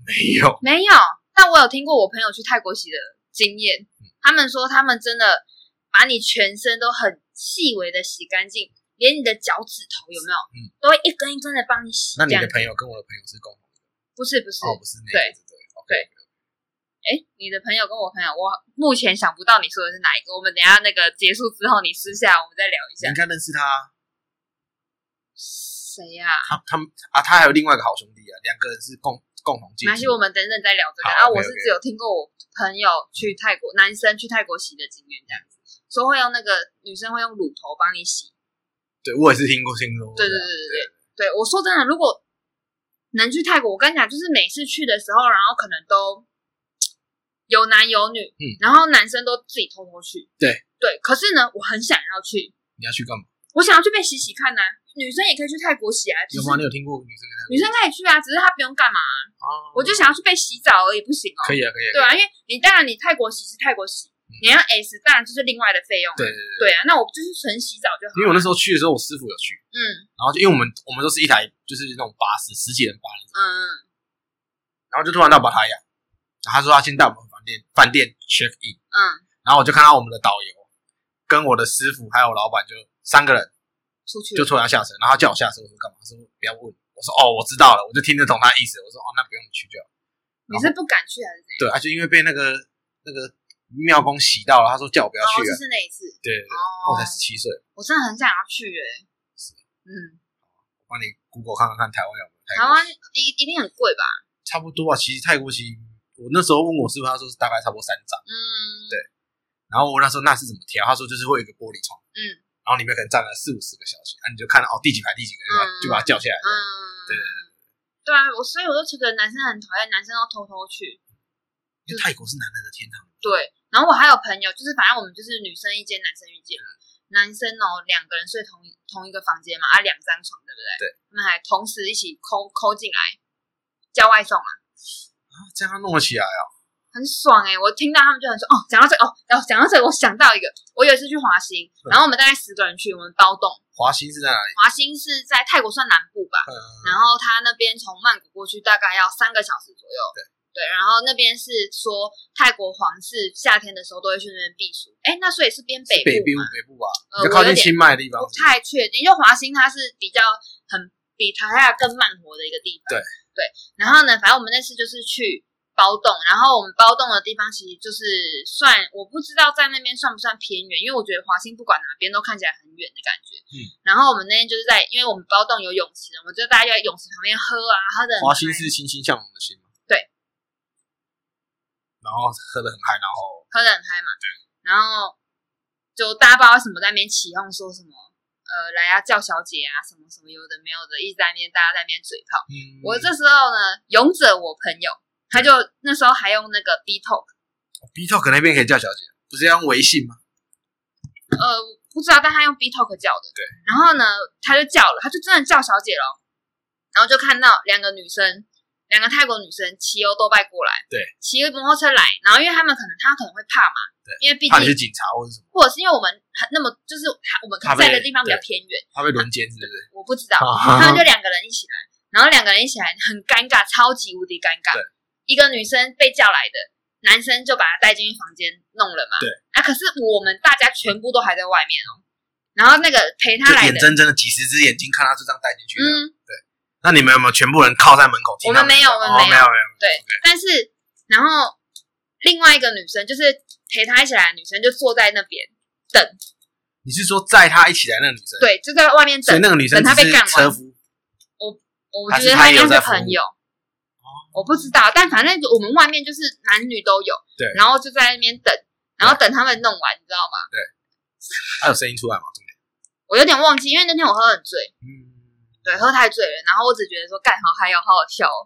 Speaker 1: 没有，
Speaker 2: 没有，但我有听过我朋友去泰国洗的经验，他们说他们真的把你全身都很细微的洗干净，连你的脚趾头有没有，
Speaker 1: 嗯
Speaker 2: 都会一根一根的帮你洗。
Speaker 1: 那你
Speaker 2: 这样
Speaker 1: 的朋友跟我的朋友是共同的，
Speaker 2: 不是不是，
Speaker 1: 哦，不是那
Speaker 2: 对
Speaker 1: 个，对，
Speaker 2: 哎、你的朋友跟我朋友，我目前想不到你说的是哪一个。我们等一下那个结束之后，你私下我们再聊
Speaker 1: 你
Speaker 2: 一下
Speaker 1: 应。该认识他啊，
Speaker 2: 谁呀、啊？
Speaker 1: 他他们啊，他还有另外一个好兄弟啊，两个人是共共同进
Speaker 2: 没关
Speaker 1: 去
Speaker 2: 系，我们等等再聊这个。啊，
Speaker 1: 好
Speaker 2: 我
Speaker 1: OK，OK
Speaker 2: 是只有听过我朋友去泰国，男生去泰国洗的经验这样子，说会用那个女生会用乳头帮你洗。
Speaker 1: 对我也是听过听说过这样，
Speaker 2: 对对对对对，对我说真的，如果能去泰国，我跟你讲，就是每次去的时候，然后可能都有男有女，
Speaker 1: 嗯
Speaker 2: 然后男生都自己偷偷去，
Speaker 1: 对
Speaker 2: 对。可是呢，我很想要去，
Speaker 1: 你要去干嘛？
Speaker 2: 我想要去被洗洗看呐、啊女生也可以去泰国洗啊，只
Speaker 1: 有
Speaker 2: 是
Speaker 1: 吗？你有听过女生跟他
Speaker 2: 女生可以去啊，只是她不用干嘛啊、
Speaker 1: 哦
Speaker 2: 我就想要去被洗澡而已，不行哦。
Speaker 1: 可以啊，可以啊，
Speaker 2: 对啊，因为你当然你泰国洗是泰国洗，你要 S 当然就是另外的费用啊。
Speaker 1: 对对对。
Speaker 2: 对啊，那我就是纯洗澡就好
Speaker 1: 因为
Speaker 2: 了。
Speaker 1: 我那时候去的时候，我师傅有去，
Speaker 2: 嗯
Speaker 1: 然后就因为我们我们都是一台就是那种巴士，十几人巴士，
Speaker 2: 嗯
Speaker 1: 然后就突然到巴塔雅，然后他说他先带我们饭店饭店 check in，
Speaker 2: 嗯，
Speaker 1: 然后我就看到我们的导游跟我的师傅还有老板就三个人
Speaker 2: 出去
Speaker 1: 就突然要下车，然后他叫我下车，我说干嘛？他说不要问，我说哦我知道了，我就听得懂他的意思，我说哦那不用你去就好，
Speaker 2: 你是不敢去还是怎样？
Speaker 1: 对，他啊就因为被那个那个庙公洗到了，他说叫我不要
Speaker 2: 哦，
Speaker 1: 去
Speaker 2: 就
Speaker 1: 了，
Speaker 2: 是那一次。
Speaker 1: 啊对对对，
Speaker 2: 哦
Speaker 1: 我才十七岁，
Speaker 2: 我真的很想要去诶、
Speaker 1: 是
Speaker 2: 嗯，
Speaker 1: 我帮你 Google 看看看台湾有没有泰
Speaker 2: 台
Speaker 1: 国
Speaker 2: 湾一一定很贵吧？
Speaker 1: 差不多啊。其实泰国其实我那时候问我师傅，他说是大概差不多三张。
Speaker 2: 嗯，
Speaker 1: 对然后我那时候那是怎么挑？他说就是会有一个玻璃窗，
Speaker 2: 嗯，
Speaker 1: 然后里面可能站了四五十个小姐，那你就看哦第几排第几个，就把、
Speaker 2: 嗯
Speaker 1: 就把他叫下来。
Speaker 2: 嗯，
Speaker 1: 对对
Speaker 2: 对啊，我所以我就觉得男生很讨厌，男生都偷偷去。
Speaker 1: 因为泰国是男人的天堂，啊
Speaker 2: 对，然后我还有朋友，就是反正我们就是女生一间，男生一间嘛。男生哦，两个人睡同一同一个房间嘛，啊，两张床，对不对？
Speaker 1: 对。
Speaker 2: 他们还同时一起抠抠进来，叫外送啊，
Speaker 1: 啊、这样他弄得起来啊？
Speaker 2: 很爽哎、我听到他们就很爽哦。讲到这个哦，然后讲到这个，我想到一个，我有一次去华兴，然后我们大概十个人去，我们包栋，
Speaker 1: 华兴是在哪里？
Speaker 2: 华兴是在泰国算南部吧，
Speaker 1: 嗯，
Speaker 2: 然后他那边从曼谷过去大概要三个小时左右。对然后那边是说泰国皇室夏天的时候都会去那边避暑，哎，那所以是边
Speaker 1: 北
Speaker 2: 部
Speaker 1: 部
Speaker 2: 嘛，
Speaker 1: 北部吧，
Speaker 2: 呃
Speaker 1: 比较靠
Speaker 2: 我
Speaker 1: 近
Speaker 2: 有
Speaker 1: 清
Speaker 2: 点
Speaker 1: 迈的地方
Speaker 2: 不。太确定，因为华兴它是比较很比塔亚更慢活的一个地方。
Speaker 1: 对
Speaker 2: 对，然后呢，反正我们那次就是去包栋，然后我们包栋的地方其实就是算我不知道在那边算不算偏远，因为我觉得华兴不管哪边都看起来很远的感觉。
Speaker 1: 嗯，
Speaker 2: 然后我们那天就是在，因为我们包栋有泳池，我们就大家就在泳池旁边喝啊，喝的
Speaker 1: 华兴是欣欣向荣的心嘛？
Speaker 2: 对。
Speaker 1: 然后喝得很嗨，然后
Speaker 2: 喝的很嗨嘛，然后就大家不知道为什么在那边起哄说什么，呃，呃来啊叫小姐啊什么什么有的没有的，一直在那边大家在那边嘴炮。
Speaker 1: 嗯，
Speaker 2: 我这时候呢，勇者我朋友他就那时候还用那个 B Talk，
Speaker 1: B Talk 那边可以叫小姐，不是要用微信吗？
Speaker 2: 呃不知道，但他用 B Talk 叫的。
Speaker 1: 对。
Speaker 2: 然后呢，他就叫了，他就真的叫小姐咯。然后就看到两个女生，两个泰国女生骑欧都拜过来，
Speaker 1: 对，
Speaker 2: 骑个摩托车来，然后因为他们可能他可能会怕嘛，
Speaker 1: 对，
Speaker 2: 因为毕
Speaker 1: 怕你是警
Speaker 2: 竟
Speaker 1: 察或者什么，
Speaker 2: 或者是因为我们很那么就是我们可能
Speaker 1: 怕被
Speaker 2: 在的地方比较
Speaker 1: 对
Speaker 2: 偏远，
Speaker 1: 怕被轮奸是不是？
Speaker 2: 我不知道，
Speaker 1: 啊
Speaker 2: 他们就两个人一起来，然后两个人一起来很尴尬，超级无敌尴尬
Speaker 1: 对。
Speaker 2: 一个女生被叫来的，男生就把她带进房间弄了嘛。
Speaker 1: 对。
Speaker 2: 啊，可是我们大家全部都还在外面哦。然后那个陪
Speaker 1: 就
Speaker 2: 她
Speaker 1: 眼
Speaker 2: 来的，
Speaker 1: 睁睁的几十只眼睛看他就这样带进去的。
Speaker 2: 嗯，
Speaker 1: 那你们有没有全部人靠在门口听
Speaker 2: 我
Speaker 1: 他们
Speaker 2: 们没有，我
Speaker 1: 讲？哦，
Speaker 2: 们
Speaker 1: 没
Speaker 2: 没有。
Speaker 1: 没有，
Speaker 2: 对
Speaker 1: OK
Speaker 2: 但是然后另外一个女生就是陪她一起来的女生就坐在那边，
Speaker 1: 你是说载他一起来那个女生？，
Speaker 2: 对，就在外面
Speaker 1: 所
Speaker 2: 等
Speaker 1: 以。那个女生
Speaker 2: 等他
Speaker 1: 只
Speaker 2: 被
Speaker 1: 是
Speaker 2: 干完
Speaker 1: 车夫，
Speaker 2: 我
Speaker 1: 还
Speaker 2: 觉
Speaker 1: 是
Speaker 2: 得
Speaker 1: 他
Speaker 2: 他
Speaker 1: 也
Speaker 2: 应
Speaker 1: 有
Speaker 2: 该
Speaker 1: 在
Speaker 2: 是
Speaker 1: 服务
Speaker 2: 朋友，我不知道，但反正我们外面就是男女都有，
Speaker 1: 对
Speaker 2: 然后就在那边等，然后等他们弄完，你知道吗？
Speaker 1: 他有声音出来吗？重点
Speaker 2: 我有点忘记，因为那天我喝很醉，
Speaker 1: 嗯，
Speaker 2: 对，喝太醉了，然后我只觉得说干好嗨哦，好好笑哦，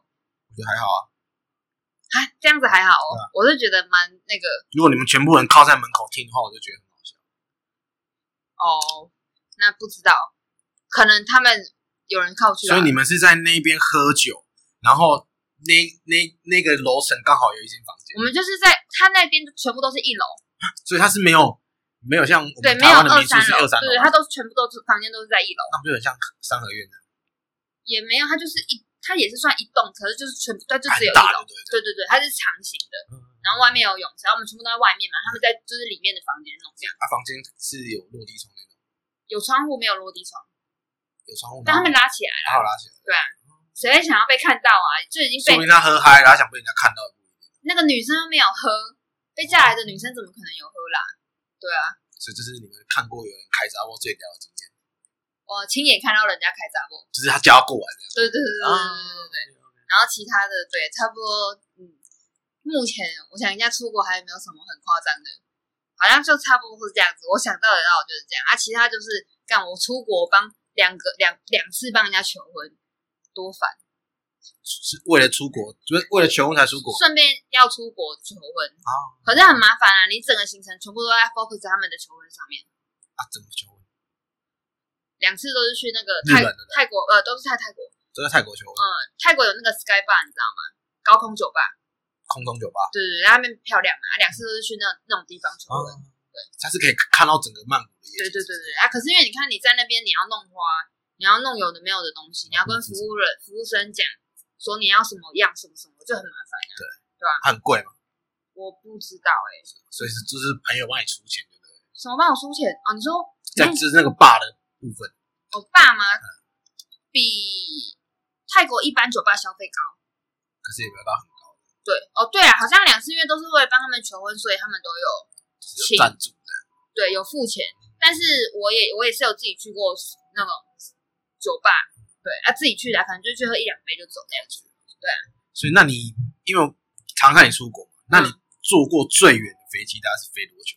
Speaker 1: 我觉得还好啊。
Speaker 2: 啊，这样子还好哦，
Speaker 1: 对
Speaker 2: 我是觉得蛮那个
Speaker 1: 如果你们全部人靠在门口听的话，我就觉得很好笑。
Speaker 2: 哦，那不知道，可能他们有人靠去啊，
Speaker 1: 所以你们是在那边喝酒，然后那那那个楼层刚好有一间房间，
Speaker 2: 我们就是在他那边全部都是一楼，
Speaker 1: 所以它是没有没有像我
Speaker 2: 对，
Speaker 1: 们
Speaker 2: 没有
Speaker 1: 台湾的
Speaker 2: 二
Speaker 1: 民宿
Speaker 2: 三
Speaker 1: 是
Speaker 2: 楼，
Speaker 1: 二三楼
Speaker 2: 对，
Speaker 1: 啊，
Speaker 2: 他都是全部都是房间都是在一楼。
Speaker 1: 那不就很像三合院的，
Speaker 2: 也没有，它就是一，它也是算一栋，可是就是全部，它就
Speaker 1: 哎很
Speaker 2: 只有一
Speaker 1: 大的
Speaker 2: 栋。
Speaker 1: 对
Speaker 2: 对对对，它是长形的，
Speaker 1: 不对？嗯
Speaker 2: 然后外面有泳池，然后我们全部都在外面嘛，他们在就是里面的房间弄这样，
Speaker 1: 啊，房间是有落地窗那种，
Speaker 2: 有窗户没有落地窗，
Speaker 1: 有窗户吗？
Speaker 2: 但他们拉起来，
Speaker 1: 还有拉起来，
Speaker 2: 谁会想要被看到啊？就已经
Speaker 1: 说
Speaker 2: 被
Speaker 1: 明他喝嗨，然后想被人家看到。
Speaker 2: 那个女生又没有喝，被嫁来的女生怎么可能有喝啦？对啊，
Speaker 1: 所以这是你们看过有人开闸或醉屌的经验，
Speaker 2: 我亲眼看到人家开闸过，
Speaker 1: 就是他叫他过来这样。
Speaker 2: 对对对对对对对对。然后其他的对，差不多，嗯，目前我想一下出国还有没有什么很夸张的，好像就差不多是这样子。我想到的到就是这样啊，其他就是干我出国帮两个两两次帮人家求婚，多烦！
Speaker 1: 是为了出国，就是为了求婚才出国。
Speaker 2: 顺便要出国求婚，
Speaker 1: 哦
Speaker 2: 可是很麻烦啊，你整个行程全部都在 focus 在他们的求婚上面。
Speaker 1: 啊，怎么求婚？
Speaker 2: 两次都是去那个
Speaker 1: 日
Speaker 2: 泰
Speaker 1: 本的
Speaker 2: 泰国，呃，都是在泰国。
Speaker 1: 都在泰国求婚
Speaker 2: 嗯，，泰国有那个 Sky Bar，你知道吗？高空酒吧，
Speaker 1: 空中酒吧。
Speaker 2: 对对对，他们漂亮嘛。啊两次都是去那那种地方求婚。
Speaker 1: 哦，他是可以看到整个曼谷的夜景。
Speaker 2: 对对对对啊！可是因为你看你在那边，你要弄花，你要弄有的没有的东西，你要
Speaker 1: 嗯
Speaker 2: 跟服务人、服务生讲说你要什么样、什么什么，就很麻烦啊。
Speaker 1: 它很贵嘛，
Speaker 2: 我不知道哎、
Speaker 1: 所以是就是朋友帮你出钱，对不对？
Speaker 2: 什么帮我出钱啊？你说
Speaker 1: 在
Speaker 2: 嗯
Speaker 1: 就是那个爸的部分，
Speaker 2: 我爸妈比泰国一般酒吧消费高？
Speaker 1: 可是也没有到很
Speaker 2: 对哦，对啊，好像两次因为都是为了帮他们求婚，所以他们都有
Speaker 1: 就是有赞助的。
Speaker 2: 对有付钱。但是我也我也是有自己去过那种酒吧，对啊，自己去的啊，反正就去喝一两杯就走那样子。
Speaker 1: 所以那你因为我常看你出国嘛，那你坐过最远的飞机大概是飞多久？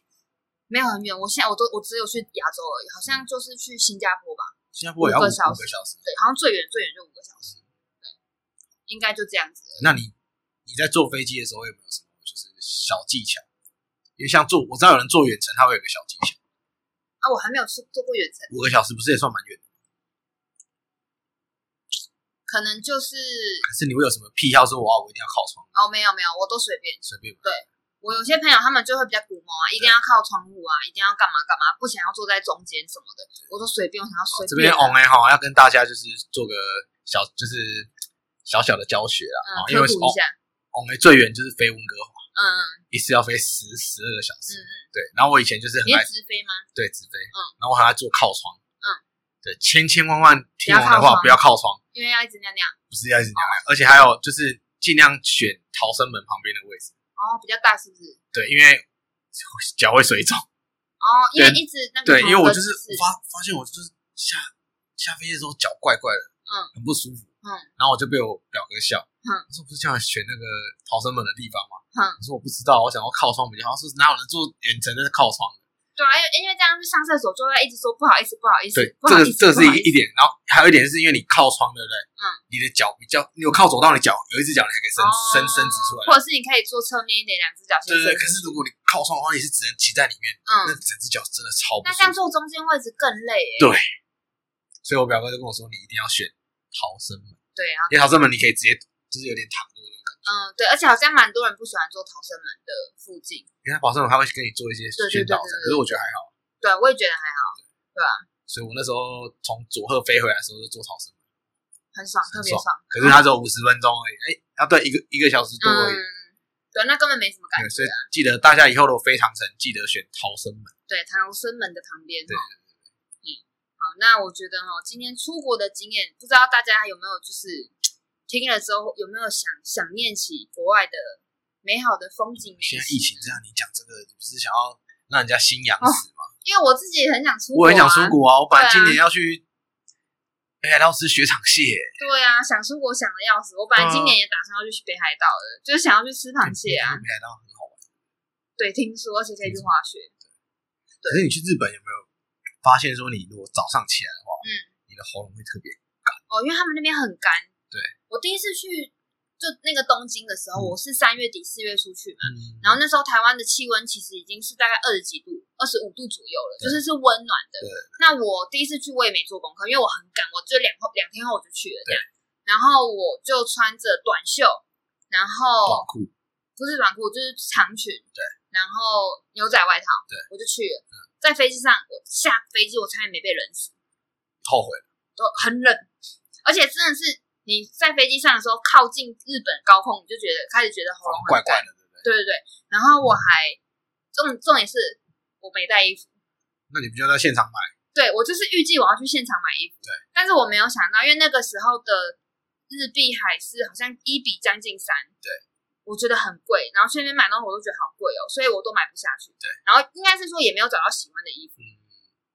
Speaker 2: 没有很远，我现在我都我只有去亚洲而已，好像就是去新加坡吧，
Speaker 1: 新加坡也要五五
Speaker 2: 五
Speaker 1: 个
Speaker 2: 个小时
Speaker 1: 小时。
Speaker 2: 对，好像最远最远就五个小时，对，应该就这样子了。
Speaker 1: 那你你在坐飞机的时候有没有什么就是小技巧？因为像坐我知道有人坐远程，他会有个小技巧，
Speaker 2: 啊，我还没有去做过远程，
Speaker 1: 五个小时不是也算蛮远的？
Speaker 2: 可能就是
Speaker 1: 可是你会有什么癖好说哇，我一定要靠窗，
Speaker 2: 哦，没有没有，我都随便。
Speaker 1: 随便吧。
Speaker 2: 我有些朋友他们就会比较古毛啊，一定要靠窗户啊，一定要干嘛干嘛，不想要坐在中间什么的，我都随便，我想要
Speaker 1: 好
Speaker 2: 随
Speaker 1: 这边
Speaker 2: 便啊。
Speaker 1: on 哎哈，要跟大家就是做个小就是小小的教学啦，
Speaker 2: 嗯
Speaker 1: 哦，因为
Speaker 2: 科普一
Speaker 1: on
Speaker 2: 下，
Speaker 1: on 哎最远就是飞温哥华，
Speaker 2: 嗯嗯，
Speaker 1: 一次要飞十十二个小时，
Speaker 2: 嗯
Speaker 1: 对。然后我以前就是很
Speaker 2: 你
Speaker 1: 爱
Speaker 2: 是直飞吗？
Speaker 1: 对直飞，
Speaker 2: 嗯
Speaker 1: 然后我很爱做靠窗，
Speaker 2: 嗯，
Speaker 1: 对，千千万万听我的
Speaker 2: 不要靠
Speaker 1: 话
Speaker 2: 窗哦
Speaker 1: 不要靠窗，
Speaker 2: 因为要一直那样那样，
Speaker 1: 不是要一直那样，而且还有就是尽量选逃生门旁边的位置，
Speaker 2: 哦，比较大是不是？
Speaker 1: 对，因为脚会水肿，
Speaker 2: 哦，因为
Speaker 1: 对
Speaker 2: 一直那个
Speaker 1: 对，因为我
Speaker 2: 头
Speaker 1: 就是
Speaker 2: 跟姿势
Speaker 1: 发发现我就是下下飞机的时候脚怪怪的，
Speaker 2: 嗯，
Speaker 1: 很不舒服，
Speaker 2: 嗯，
Speaker 1: 然后我就被我表哥笑，
Speaker 2: 嗯
Speaker 1: 他说不是叫你选那个逃生门的地方吗？
Speaker 2: 嗯
Speaker 1: 我说我不知道，我想要靠窗比较好，他说哪有人坐远程的靠窗的？
Speaker 2: 对啊，因为因为这样去上厕所就会一直说不好意思，不好意思，
Speaker 1: 对，
Speaker 2: 不
Speaker 1: 这
Speaker 2: 好
Speaker 1: 个
Speaker 2: 意思，
Speaker 1: 这个是
Speaker 2: 不好意
Speaker 1: 一一
Speaker 2: 思
Speaker 1: 点，然后还有一点是因为你靠窗，对不对？
Speaker 2: 嗯，
Speaker 1: 你的脚比较，你有靠走到你脚，有一只脚你还可以伸
Speaker 2: 哦
Speaker 1: 伸伸直出来。
Speaker 2: 或者是你可以坐侧面一点，两只脚先
Speaker 1: 对对，对
Speaker 2: 伸
Speaker 1: 可是如果你靠窗的话，你是只能挤在里面，那
Speaker 2: 嗯，
Speaker 1: 整只脚真的超不
Speaker 2: 那
Speaker 1: 舒
Speaker 2: 这样
Speaker 1: 服。
Speaker 2: 坐中间位置更累耶。
Speaker 1: 对所以我表哥就跟我说，你一定要选逃生门，
Speaker 2: 对，然后
Speaker 1: 因为逃生门你可以直接就是有点躺着，
Speaker 2: 嗯，对，而且好像蛮多人不喜欢坐逃生门的附近。
Speaker 1: 因为他逃生门他会跟你做一些
Speaker 2: 对对
Speaker 1: 宣导
Speaker 2: 对对
Speaker 1: 的，
Speaker 2: 对
Speaker 1: 可是我觉得还好。
Speaker 2: 对，我也觉得还好，
Speaker 1: 所以我那时候从佐贺飞回来的时候就做逃生门，
Speaker 2: 很爽，特别
Speaker 1: 爽
Speaker 2: 爽。
Speaker 1: 可是它只有五十分钟而已，哎、啊对，一个一个小时多而已。
Speaker 2: 嗯，对，那根本没什么感
Speaker 1: 对，所以
Speaker 2: 觉啊。
Speaker 1: 记得大家以后如果飞长城，记得选逃生门。
Speaker 2: 对，唐生门的旁边
Speaker 1: 对
Speaker 2: 哈。嗯，好，那我觉得哈，今天出国的经验，不知道大家有没有就是听了之后有没有想想念起国外的美好的风景美
Speaker 1: 现在
Speaker 2: 食
Speaker 1: 疫情这样，你讲这个，你不是想要让人家心痒死吗？
Speaker 2: 因为我自己也很想出哦国、啊，
Speaker 1: 我很想出国啊，我本来
Speaker 2: 对啊
Speaker 1: 今年要去北海道吃雪场蟹，
Speaker 2: 对啊，想出国想的要死。我本来今
Speaker 1: 嗯
Speaker 2: 年也打算要去北海道的，就是想要去吃螃蟹啊。
Speaker 1: 北海道很好玩。
Speaker 2: 对，听说而且可以去滑雪。
Speaker 1: 可是你去日本有没有发现说，你如果早上起来的话，
Speaker 2: 嗯，
Speaker 1: 你的喉咙会特别
Speaker 2: 哦，因为他们那边很干。
Speaker 1: 对，
Speaker 2: 我第一次去就那个东京的时候，
Speaker 1: 嗯
Speaker 2: 我是三月底四月初去嘛，
Speaker 1: 嗯
Speaker 2: 然后那时候台湾的气温其实已经是大概二十几度，二十五度左右了，
Speaker 1: 对
Speaker 2: 就是是温暖的
Speaker 1: 对。
Speaker 2: 那我第一次去我也没做功课，因为我很赶，我就两后两天后我就去了这
Speaker 1: 对
Speaker 2: 样。然后我就穿着短袖，
Speaker 1: 短
Speaker 2: 然后
Speaker 1: 裤，
Speaker 2: 不是短裤就是长裙，
Speaker 1: 对，
Speaker 2: 然后牛仔外套，
Speaker 1: 对，嗯
Speaker 2: 我就去了。在飞机上，我下飞机我差点没被冷死，
Speaker 1: 后悔了。
Speaker 2: 都很冷，而且真的是你在飞机上的时候靠近日本高空，你就觉得开始觉得喉咙很
Speaker 1: 怪
Speaker 2: 干
Speaker 1: 怪的，对嗯不对？
Speaker 2: 对对对，然后我还重重点是我没带衣服，
Speaker 1: 那你不就在现场买？
Speaker 2: 对我就是预计我要去现场买衣服，
Speaker 1: 对，
Speaker 2: 但是我没有想到，因为那个时候的日币还是好像一比将近三，
Speaker 1: 对，
Speaker 2: 我觉得很贵，然后去那边买东西我都觉得好贵哦，所以我都买不下去，
Speaker 1: 对，
Speaker 2: 然后应该是说也没有找到喜欢的衣服，
Speaker 1: 嗯，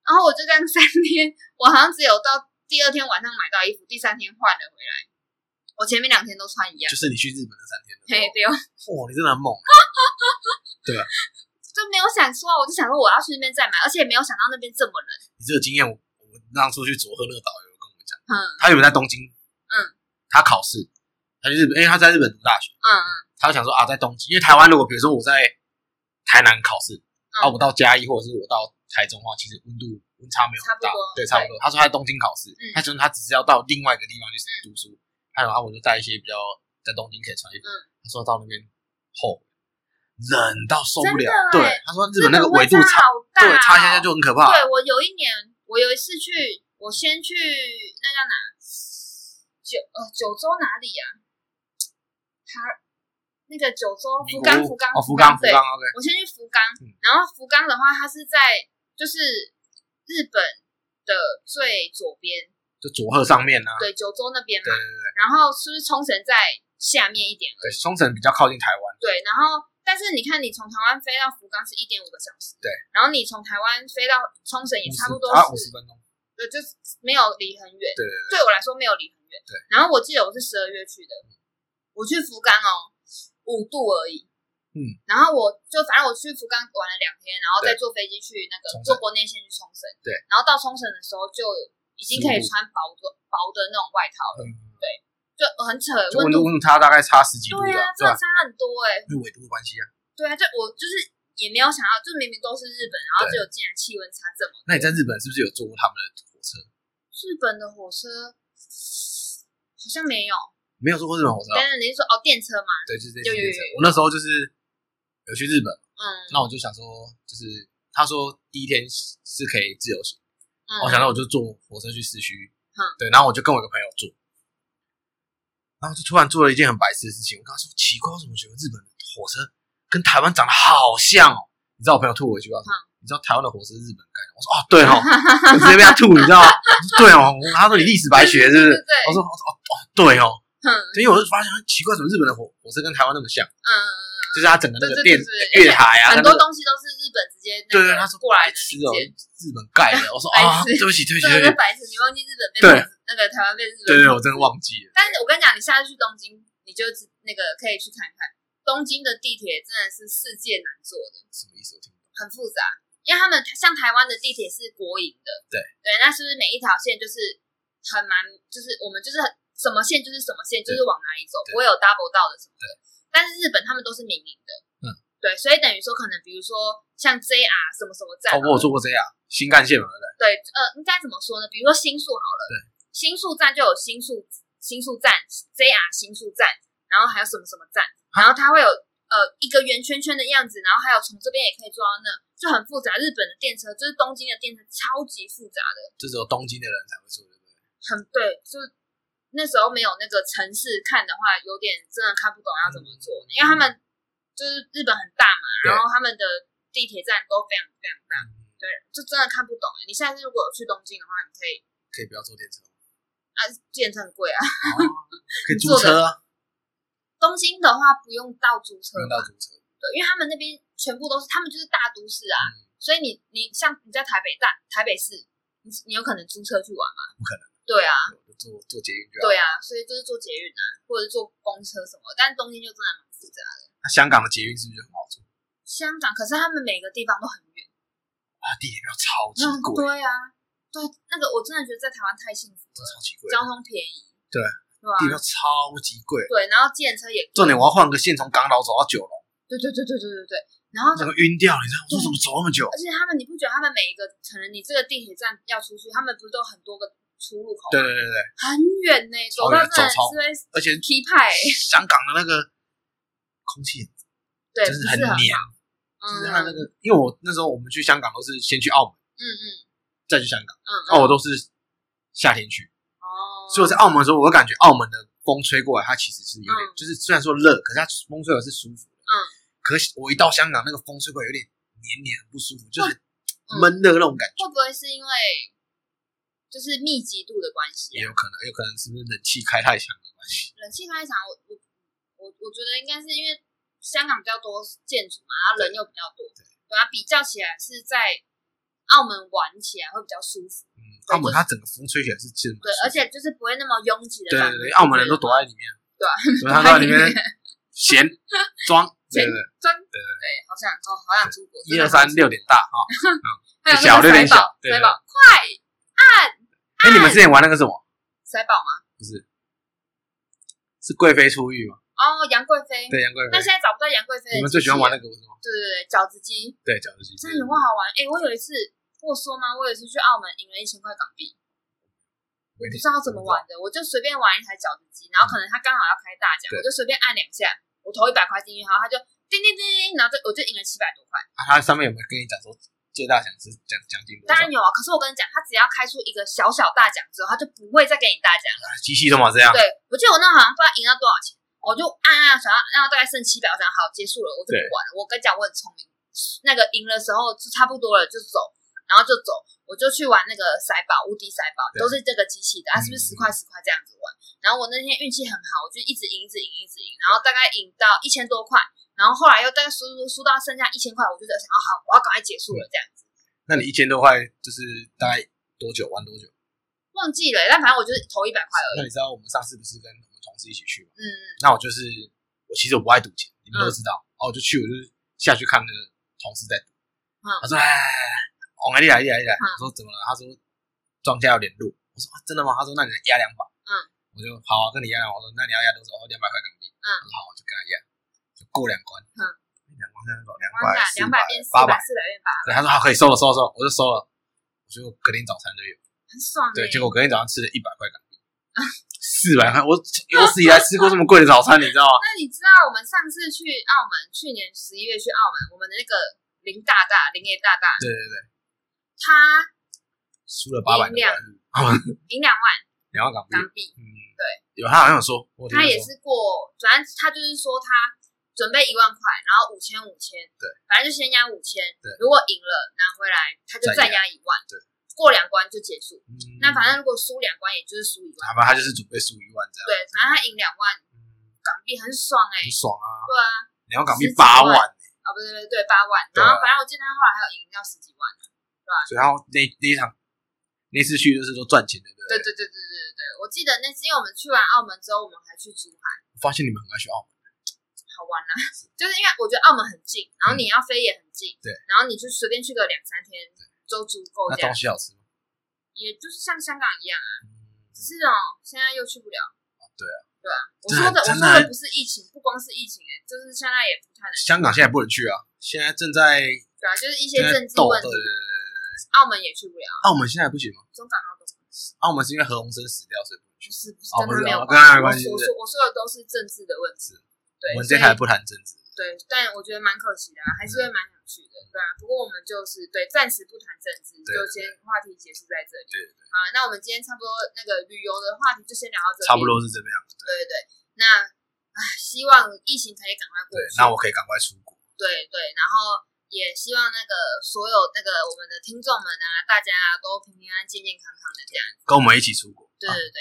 Speaker 2: 然后我就这样三天，我好像只有到第二天晚上买到衣服，第三天换了回来，我前面两天都穿一样
Speaker 1: 就，是你去日本那三天的时
Speaker 2: 啊嘿，
Speaker 1: 候，
Speaker 2: 对哦。
Speaker 1: 哇，你真的很猛。啊
Speaker 2: 就没有想说，啊我就想说我要去那边再买，而且也没有想到那边这么冷，
Speaker 1: 你这个经验，我我当初去佐贺那个导游跟我们讲，
Speaker 2: 嗯
Speaker 1: 他原本在东京，
Speaker 2: 嗯，
Speaker 1: 他考试，他去日本，因为他在日本读大学，
Speaker 2: 嗯嗯。
Speaker 1: 他就想说啊，在东京，因为台湾如果比如说我在台南考试，啊，我到嘉义或者是我到台中的话，其实温度温差没有很大
Speaker 2: 差不多，
Speaker 1: 对，差不多。他说他在东京考试，他觉得他只是要到另外一个地方去读书，他然后我就带一些比较在东京可以穿衣服，
Speaker 2: 嗯
Speaker 1: 他说到那边后冷到受不了
Speaker 2: 真的，
Speaker 1: 对
Speaker 2: 欸，
Speaker 1: 他说
Speaker 2: 日
Speaker 1: 日本那个纬度
Speaker 2: 温
Speaker 1: 差，
Speaker 2: 差好大、
Speaker 1: 对
Speaker 2: 哦，，
Speaker 1: 差一下下就很可怕，
Speaker 2: 对我有一年，我有一次去，我先去那叫哪九呃九州哪里呀、啊？他那个九州
Speaker 1: 名古
Speaker 2: 福冈
Speaker 1: 屋
Speaker 2: 福冈
Speaker 1: 哦，福冈福
Speaker 2: 对
Speaker 1: 冈，OK，
Speaker 2: 我先去福冈
Speaker 1: 嗯，
Speaker 2: 然后福冈的话，它是在就是日本的最左边，
Speaker 1: 就佐贺上面啊，
Speaker 2: 对九州那边
Speaker 1: 对
Speaker 2: 嘛
Speaker 1: 对，对
Speaker 2: 然后是不是冲绳在下面一点
Speaker 1: 对，
Speaker 2: 而已
Speaker 1: 冲绳比较靠近台湾，
Speaker 2: 对，然后但是你看，你从台湾飞到福冈是一点五个小时，
Speaker 1: 对，
Speaker 2: 然后你从台湾飞到冲绳也差不多
Speaker 1: 啊五十
Speaker 2: 是，
Speaker 1: 分钟，
Speaker 2: 对，就是没有离很远，
Speaker 1: 对对对，
Speaker 2: 对我来说没有离很远。
Speaker 1: 对，嗯
Speaker 2: 然后我记得我是十二月去的，我去福冈哦，五度而已。
Speaker 1: 嗯，
Speaker 2: 然后我就反正我去福冈玩了两天，然后再坐飞机去那个
Speaker 1: 冲绳
Speaker 2: 坐国内线去冲绳。
Speaker 1: 对，
Speaker 2: 然后到冲绳的时候就已经可
Speaker 1: 15
Speaker 2: 以穿薄的薄的那种外套了，
Speaker 1: 嗯，
Speaker 2: 就很扯，
Speaker 1: 就温度
Speaker 2: 度
Speaker 1: 温度差大概差十几度
Speaker 2: 对
Speaker 1: 的
Speaker 2: 啊，，
Speaker 1: 对
Speaker 2: 真的
Speaker 1: 吧？
Speaker 2: 差很多哎、
Speaker 1: 因为纬度的关系啊。
Speaker 2: 对啊，就我就是也没有想到，就明明都是日本，然后就有竟然气温差这么。
Speaker 1: 那你在日本是不是有坐过他们的火车？
Speaker 2: 日本的火车好像没有，
Speaker 1: 没有坐过日本火车
Speaker 2: 但
Speaker 1: 啊，
Speaker 2: 是你是说哦电车嘛？
Speaker 1: 对，就是这
Speaker 2: 有有有
Speaker 1: 列车
Speaker 2: 有
Speaker 1: 我那时候就是有去日本，
Speaker 2: 嗯，
Speaker 1: 那我就想说，就是他说第一天是可以自由行，
Speaker 2: 嗯
Speaker 1: 哦我想到我就坐火车去市区，
Speaker 2: 嗯
Speaker 1: 对，然后我就跟我一个朋友坐，然后就突然做了一件很白痴的事情，我跟他说奇怪，我怎么觉得日本的火车跟台湾长得好像哦？你知道我朋友吐我一句
Speaker 2: 嗯
Speaker 1: 话什么？你知道台湾的火车是日本盖的？我说哦， 对哦，我直接被他吐，你知道吗？我说对哦，他说你历史白学是不
Speaker 2: 对
Speaker 1: 是
Speaker 2: 对？对，
Speaker 1: 我说我说哦哦对哦，
Speaker 2: 嗯
Speaker 1: 对因为我就发现奇怪，怎么日本的火火车跟台湾那么像？
Speaker 2: 嗯，
Speaker 1: 就是它整个那个
Speaker 2: 对
Speaker 1: 电
Speaker 2: 对对对
Speaker 1: 月台啊，它
Speaker 2: 很
Speaker 1: 那
Speaker 2: 多
Speaker 1: 个
Speaker 2: 东西都是日本直接那
Speaker 1: 对对，
Speaker 2: 个
Speaker 1: 他说
Speaker 2: 过
Speaker 1: 白
Speaker 2: 来的
Speaker 1: 痴哦
Speaker 2: 零件，，
Speaker 1: 日本盖的。我说
Speaker 2: 白痴
Speaker 1: 啊，对不起，对不起，
Speaker 2: 真
Speaker 1: 对不
Speaker 2: 的是
Speaker 1: 起，
Speaker 2: 白痴，你忘记日本被
Speaker 1: 对
Speaker 2: 那个台湾被日本
Speaker 1: 对对，我真的忘记了。
Speaker 2: 但是我跟你讲，你下次去东京，你就知那个可以去看看，东京的地铁真的是世界难坐的，
Speaker 1: 什么意思？我听不懂。
Speaker 2: 很复杂。因为他们像台湾的地铁是国营的，
Speaker 1: 对
Speaker 2: 对，那是不是每一条线就是很蛮，就是我们就是很什么线就是什么线，就是往哪里走，
Speaker 1: 对
Speaker 2: 不会有 double 到的什么的。但是日本他们都是民营
Speaker 1: 嗯，
Speaker 2: 的，对，所以等于说可能比如说像 JR 什么什么站啊
Speaker 1: 哦，，我有做过这样新干线嘛，对不对？
Speaker 2: 对，呃，应该怎么说呢？比如说新宿好了，
Speaker 1: 对，
Speaker 2: 新宿站就有新宿新宿站 JR 新宿站，然后还有什么什么站，然后它会有呃一个圆圈圈的样子，然后还有从这边也可以坐到那，就很复杂。日本的电车就是东京的电车，超级复杂的，
Speaker 1: 这只有东京的人才会做，对不对？
Speaker 2: 很对，就是那时候没有那个城市看的话，有点真的看不懂要怎么做，因为他们就是日本很大嘛，
Speaker 1: 嗯对
Speaker 2: 然后他们的地铁站都非常非常
Speaker 1: 嗯
Speaker 2: 大，对，就真的看不懂。欸你下次如果有去东京的话，你可以。
Speaker 1: 可以不要坐电车吗，
Speaker 2: 啊，计程车很贵啊。
Speaker 1: 可以租车啊，
Speaker 2: 东京的话不用到租车
Speaker 1: 不用
Speaker 2: 吧，
Speaker 1: 到租车。
Speaker 2: 对，因为他们那边全部都是，他们就是大都市啊，
Speaker 1: 嗯
Speaker 2: 所以你你像你在台北大台北市，你你有可能租车去玩吗？
Speaker 1: 不可
Speaker 2: 能。对啊，
Speaker 1: 我就坐坐捷运就好。
Speaker 2: 对啊，所以就是坐捷运啊，或者坐公车什么，但东京就真的蛮复杂的。
Speaker 1: 那香港的捷运是不是就很好坐？
Speaker 2: 香港可是他们每个地方都很远，
Speaker 1: 啊，地铁票超级
Speaker 2: 嗯，
Speaker 1: 贵，
Speaker 2: 对啊，对，那个我真的觉得在台湾太幸福
Speaker 1: 真
Speaker 2: 了
Speaker 1: 的，超级贵，
Speaker 2: 交通便宜，
Speaker 1: 对
Speaker 2: 对吧
Speaker 1: 地铁？票超级贵。
Speaker 2: 对，然后计程车也贵
Speaker 1: 重点我要换个线，从港岛走到九龙，
Speaker 2: 对对对对对对对，然后
Speaker 1: 我整个晕掉，你知道吗？我说怎么走那么久？
Speaker 2: 而且他们，你不觉得他们每一个可能你这个地铁站要出去，他们不是都很多个出入口，
Speaker 1: 对对对对，对
Speaker 2: 很远呢、走
Speaker 1: 超远
Speaker 2: 到真的是
Speaker 1: 走超
Speaker 2: 会
Speaker 1: 而且
Speaker 2: 踢派、欸，
Speaker 1: 香港的那个空气
Speaker 2: 对，
Speaker 1: 真
Speaker 2: 不
Speaker 1: 是啊
Speaker 2: 是
Speaker 1: 很
Speaker 2: 好
Speaker 1: 黏，
Speaker 2: 嗯
Speaker 1: 就是它那个，因为我那时候我们去香港都是先去澳门，
Speaker 2: 嗯嗯
Speaker 1: 再去香港，
Speaker 2: 嗯，
Speaker 1: 那我都是夏天去，
Speaker 2: 哦，
Speaker 1: 所以我在澳门的时候，我会感觉澳门的风吹过来，它其实是有点
Speaker 2: 嗯，
Speaker 1: 就是虽然说热，可是它风吹来是舒服的。
Speaker 2: 嗯，
Speaker 1: 可是我一到香港，那个风吹过来有点黏黏，很不舒服，就是
Speaker 2: 嗯
Speaker 1: 闷热那种感觉。
Speaker 2: 会不会是因为就是密集度的关系
Speaker 1: 也
Speaker 2: 啊？
Speaker 1: 有可能，有可能是不是冷气开太强的关系？
Speaker 2: 冷气开场，我我我我觉得应该是因为香港比较多建筑嘛，然后人又比较多，对啊，比较起来是在澳门玩起来会比较舒服，
Speaker 1: 嗯，澳门它整个风吹起来是其实蛮
Speaker 2: 对，而
Speaker 1: 舒服
Speaker 2: 且就是不会那么拥挤的
Speaker 1: 对
Speaker 2: 感
Speaker 1: 对
Speaker 2: 觉。
Speaker 1: 对，澳门人都躲在里面，
Speaker 2: 对啊
Speaker 1: 所以他都在里面 闲装，对
Speaker 2: 闲
Speaker 1: 对对，
Speaker 2: 真对对，好想好好想出国。
Speaker 1: 一二三
Speaker 2: 真的
Speaker 1: 六点大啊！
Speaker 2: 好想出国，还有那
Speaker 1: 小
Speaker 2: 个
Speaker 1: 六点
Speaker 2: 骰宝
Speaker 1: 小，对
Speaker 2: 骰
Speaker 1: 对
Speaker 2: 宝快
Speaker 1: 哎，你们之前玩那个什么？
Speaker 2: 骰宝吗？
Speaker 1: 不是，是贵妃出狱吗？
Speaker 2: 哦，杨贵妃。
Speaker 1: 对，杨贵
Speaker 2: 那
Speaker 1: 妃。
Speaker 2: 现在找不到杨贵妃的。
Speaker 1: 你们最喜欢玩那？个是吗？
Speaker 2: 对对对，饺子机
Speaker 1: 对，饺子机。
Speaker 2: 真的很好玩。哎，我有一次我有说吗？我有一次去澳门赢了一千块港币，
Speaker 1: 我一
Speaker 2: 不
Speaker 1: 定
Speaker 2: 知道怎么玩的，我就随便玩一台饺子机，然后可能他刚好要开大奖，
Speaker 1: 对
Speaker 2: 我就随便按两下，我投一百块进去，然后他就叮叮叮，然后就我就赢了七百多块。
Speaker 1: 啊它上面有没有跟你讲说最大奖是奖奖金多
Speaker 2: 当
Speaker 1: 少
Speaker 2: 然？有啊，可是我跟你讲，他只要开出一个小小大奖之后，他就不会再给你大奖了。
Speaker 1: 啊机器都嘛这样，
Speaker 2: 对，我记得我那好像不知道赢到多少钱，我就按按按想要，然后大概剩七百，我想好结束了，我就不玩了。我跟你讲，我很聪明，那个赢的时候就差不多了，就走，然后就走，我就去玩那个骰宝，无敌骰宝
Speaker 1: 对
Speaker 2: 都是这个机器的，它、啊、是不是十
Speaker 1: 嗯
Speaker 2: 块十块这样子玩？然后我那天运气很好，我就一直赢，一直赢，一直赢，然后大概赢到一千多块。然后后来又大概输输输到剩下一千块，我就在想，好，我要赶快结束了这样子。
Speaker 1: 那你一千多块就是大概多久玩多久？
Speaker 2: 忘记了，但反正我就是投一百块而已。
Speaker 1: 那你知道我们上次不是跟我们同事一起去吗？
Speaker 2: 嗯，嗯
Speaker 1: 那我就是我其实我不爱赌钱，你们都知道。然后我就去，我就是下去看那个同事在赌。
Speaker 2: 嗯
Speaker 1: 他说：“哎，王来你来你来你来。
Speaker 2: 嗯
Speaker 1: 我说：“怎么了？”他说：“庄家有点弱。”我说、啊真的吗？”他说：“那你压两把。”
Speaker 2: 嗯，
Speaker 1: 我就好啊，跟你压两把。我说：“那你要压多少？”我说：“哦两百块港币。”
Speaker 2: 嗯
Speaker 1: 我说：“好，我就跟他压，就过两关。”
Speaker 2: 嗯，
Speaker 1: 两关三百，两
Speaker 2: 忘了
Speaker 1: 四
Speaker 2: 两
Speaker 1: 百
Speaker 2: 百变四
Speaker 1: 八百。，
Speaker 2: 百四百变八，
Speaker 1: 对，他说：“好，可以收了，收了，收了。”我就收了，我就隔天早餐就有。
Speaker 2: 很爽欸。
Speaker 1: 对，结果隔天早上吃了一百块港币，
Speaker 2: 啊
Speaker 1: 四百块，我有史以来吃过这么贵的早餐，你知道吗？
Speaker 2: 那你知道我们上次去澳门，去年十一月去澳门，我们的那个林大大、林爷大大，
Speaker 1: 对对对，
Speaker 2: 他
Speaker 1: 输了八百多
Speaker 2: 赢两
Speaker 1: 万，
Speaker 2: 赢两万
Speaker 1: 两万港币。
Speaker 2: 港币，
Speaker 1: 嗯，
Speaker 2: 对，
Speaker 1: 有他好像有说，我听
Speaker 2: 他也
Speaker 1: 说
Speaker 2: 是过，反正他就是说他准备一万块，然后五千五千，
Speaker 1: 对，
Speaker 2: 反正就先压五千
Speaker 1: 对，
Speaker 2: 如果赢了拿回来，他就
Speaker 1: 再
Speaker 2: 再
Speaker 1: 压
Speaker 2: 压一万，
Speaker 1: 对，
Speaker 2: 过两关就结束。
Speaker 1: 嗯
Speaker 2: 那反正如果输两关，也就是输一万，
Speaker 1: 他吧，他就是准备输一万这样，
Speaker 2: 对，反正他赢两万
Speaker 1: 嗯，
Speaker 2: 港币很爽哎、
Speaker 1: 很爽啊，
Speaker 2: 对啊，
Speaker 1: 两万港币
Speaker 2: 十几
Speaker 1: 八
Speaker 2: 万
Speaker 1: 万，
Speaker 2: 啊不对对对，八万，
Speaker 1: 对
Speaker 2: 然
Speaker 1: 啊
Speaker 2: 后反正我记得他后来还有赢到十几万。
Speaker 1: 所以然后那那一场那次去就是说赚钱的，对不对？
Speaker 2: 对对对对对对，对，我记得那次，因为我们去完澳门之后，我们还去珠海，
Speaker 1: 我发现你们很爱去澳门，
Speaker 2: 很好玩啦、 就是因为我觉得澳门很近，然后你要飞也很近，
Speaker 1: 嗯对，
Speaker 2: 然后你就随便去个两三天都足够
Speaker 1: 那
Speaker 2: 这
Speaker 1: 东，
Speaker 2: 样
Speaker 1: 西好吃吗？
Speaker 2: 也就是像香港一样啊，
Speaker 1: 嗯
Speaker 2: 只是哦，现在又去不了。
Speaker 1: 哦对
Speaker 2: 啊，对啊，我
Speaker 1: 对啊
Speaker 2: 说的我
Speaker 1: 真
Speaker 2: 说
Speaker 1: 的
Speaker 2: 的不是疫情，不光是疫情、欸，就是现在也不太能，
Speaker 1: 香港现在不能去啊，现在正在
Speaker 2: 对啊，就是一些
Speaker 1: 正在
Speaker 2: 政治
Speaker 1: 斗
Speaker 2: 问
Speaker 1: 对对对对
Speaker 2: 题，
Speaker 1: 对
Speaker 2: 澳门也去不了，
Speaker 1: 对澳门啊现在不行吗？
Speaker 2: 中港澳都不
Speaker 1: 澳门是因为何鸿燊死掉，所以不能去
Speaker 2: 不。是不是
Speaker 1: 哦
Speaker 2: 跟
Speaker 1: 不
Speaker 2: 他
Speaker 1: 是
Speaker 2: 没有
Speaker 1: 哦跟他没
Speaker 2: 关
Speaker 1: 关系
Speaker 2: 我
Speaker 1: 是
Speaker 2: 说我说的都是政治的问题，
Speaker 1: 我
Speaker 2: 对，
Speaker 1: 们这
Speaker 2: 所以
Speaker 1: 台不谈政治，
Speaker 2: 对，但我觉得蛮可惜的、啊，还是
Speaker 1: 嗯
Speaker 2: 会蛮想去的，对啊。不过我们就是对，暂时不谈政治，
Speaker 1: 对
Speaker 2: 就先话题结束在这里。
Speaker 1: 对对
Speaker 2: 好，那我们今天差不多那个旅游的话题就先聊到这里。
Speaker 1: 差不。多是这个样子。
Speaker 2: 对对对，那唉，希望疫情可以赶快过
Speaker 1: 对
Speaker 2: 去。，
Speaker 1: 那我可以赶快出国。
Speaker 2: 对对，然后也希望那个所有那个我们的听众们啊，大家啊都平平安安、健健康康的这样。
Speaker 1: 跟我们一起出国。
Speaker 2: 对对对，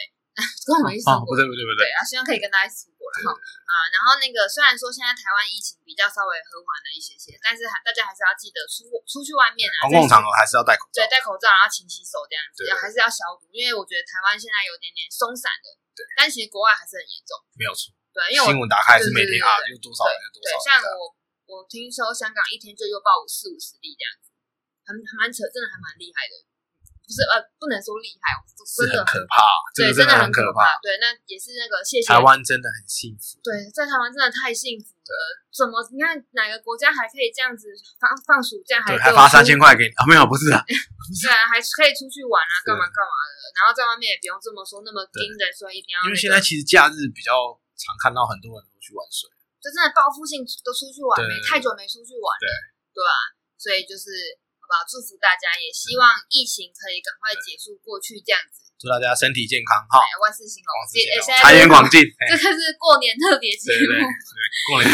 Speaker 2: 跟我们一起
Speaker 1: 啊，
Speaker 2: 过
Speaker 1: 不对不对不
Speaker 2: 对
Speaker 1: 对，
Speaker 2: 啊，希望可以跟大家一起出国了哈。啊，然后那个虽然说现在台湾疫情比较稍微和缓了一些些，但是还大家还是要记得出出去外面啊，
Speaker 1: 公共场
Speaker 2: 在
Speaker 1: 合还是要戴口罩
Speaker 2: 对。戴口罩，然后勤洗手这样子，
Speaker 1: 对
Speaker 2: 还是要消毒，因为我觉得台湾现在有点点松散的，对，但其实国外还是很严重，
Speaker 1: 没有错。
Speaker 2: 对，因为我
Speaker 1: 新闻打开还是每天
Speaker 2: 对对对
Speaker 1: 啊，又多少人又多
Speaker 2: 对
Speaker 1: 少人。啊
Speaker 2: 像
Speaker 1: 这样
Speaker 2: 我我听说香港一天就又报四五十例这样子，还还蛮扯，真的还蛮厉害的，不是呃不能说厉害，我
Speaker 1: 是很
Speaker 2: 真的
Speaker 1: 可怕，啊这
Speaker 2: 对
Speaker 1: 个真
Speaker 2: 的
Speaker 1: 很
Speaker 2: 可
Speaker 1: 可怕。，
Speaker 2: 对，那也是那个谢谢
Speaker 1: 台湾真的很幸福，
Speaker 2: 对，在台湾真的太幸福了。怎么你看哪个国家还可以这样子放放暑假还
Speaker 1: 对，还
Speaker 2: 给
Speaker 1: 发
Speaker 2: 我
Speaker 1: 三
Speaker 2: 出
Speaker 1: 千，块给你啊？没有，不是啊，
Speaker 2: 对啊，还可以出去玩啊，干嘛
Speaker 1: 对
Speaker 2: 干嘛的。然后在外面也不用这么说那么盯着，说一定要、
Speaker 1: 因
Speaker 2: 那
Speaker 1: 为
Speaker 2: 个
Speaker 1: 现在其实假日比较常看到很多人都去玩水，
Speaker 2: 就真的报复性都出去玩，
Speaker 1: 对
Speaker 2: 没
Speaker 1: 对
Speaker 2: 太久没出去玩了，对啊，所以就是好不好？祝福大家，也
Speaker 1: 嗯
Speaker 2: 希望疫情可以赶快结束过去，这样子，
Speaker 1: 祝大家身体健康哈，
Speaker 2: 哎，万事兴隆。
Speaker 1: 事健
Speaker 2: 也也现
Speaker 1: 康，
Speaker 2: 在
Speaker 1: 财源广进。哎
Speaker 2: 这个是过年特别节
Speaker 1: 对对 对，
Speaker 2: 目，
Speaker 1: 对过年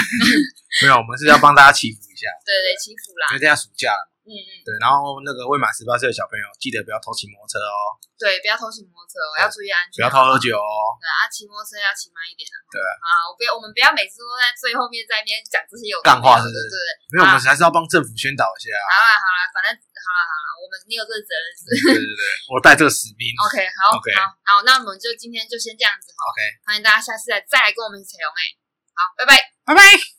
Speaker 1: 没有，我们是要帮大家祈福一 下，
Speaker 2: 对对，祈福啦
Speaker 1: 因，为现在暑假了，
Speaker 2: 嗯嗯，
Speaker 1: 对，然后那个未满十八岁的小朋友记得不要偷骑摩托车哦，
Speaker 2: 对，不要偷骑摩托车哦，要注意安
Speaker 1: 不
Speaker 2: 全，
Speaker 1: 要偷喝酒哦，
Speaker 2: 对啊，骑摩托车要骑慢一点啊。
Speaker 1: 对啊
Speaker 2: 啊，我不要，我们不要每次都在最后面在那边讲这些有
Speaker 1: 干话是不
Speaker 2: 对
Speaker 1: 是
Speaker 2: 对对。
Speaker 1: 因为我们还是要帮政府宣导一下啊。
Speaker 2: 好啦好啦，反正好啦好啦，我们你有这个责任是不是
Speaker 1: 对对对，我带这个使命。
Speaker 2: OK，好
Speaker 1: OK
Speaker 2: 好好，那我们就今天就先这样子哈，
Speaker 1: OK，
Speaker 2: 欢迎大家下次再再来跟我们一起聊哎，好，拜拜。
Speaker 1: 拜拜。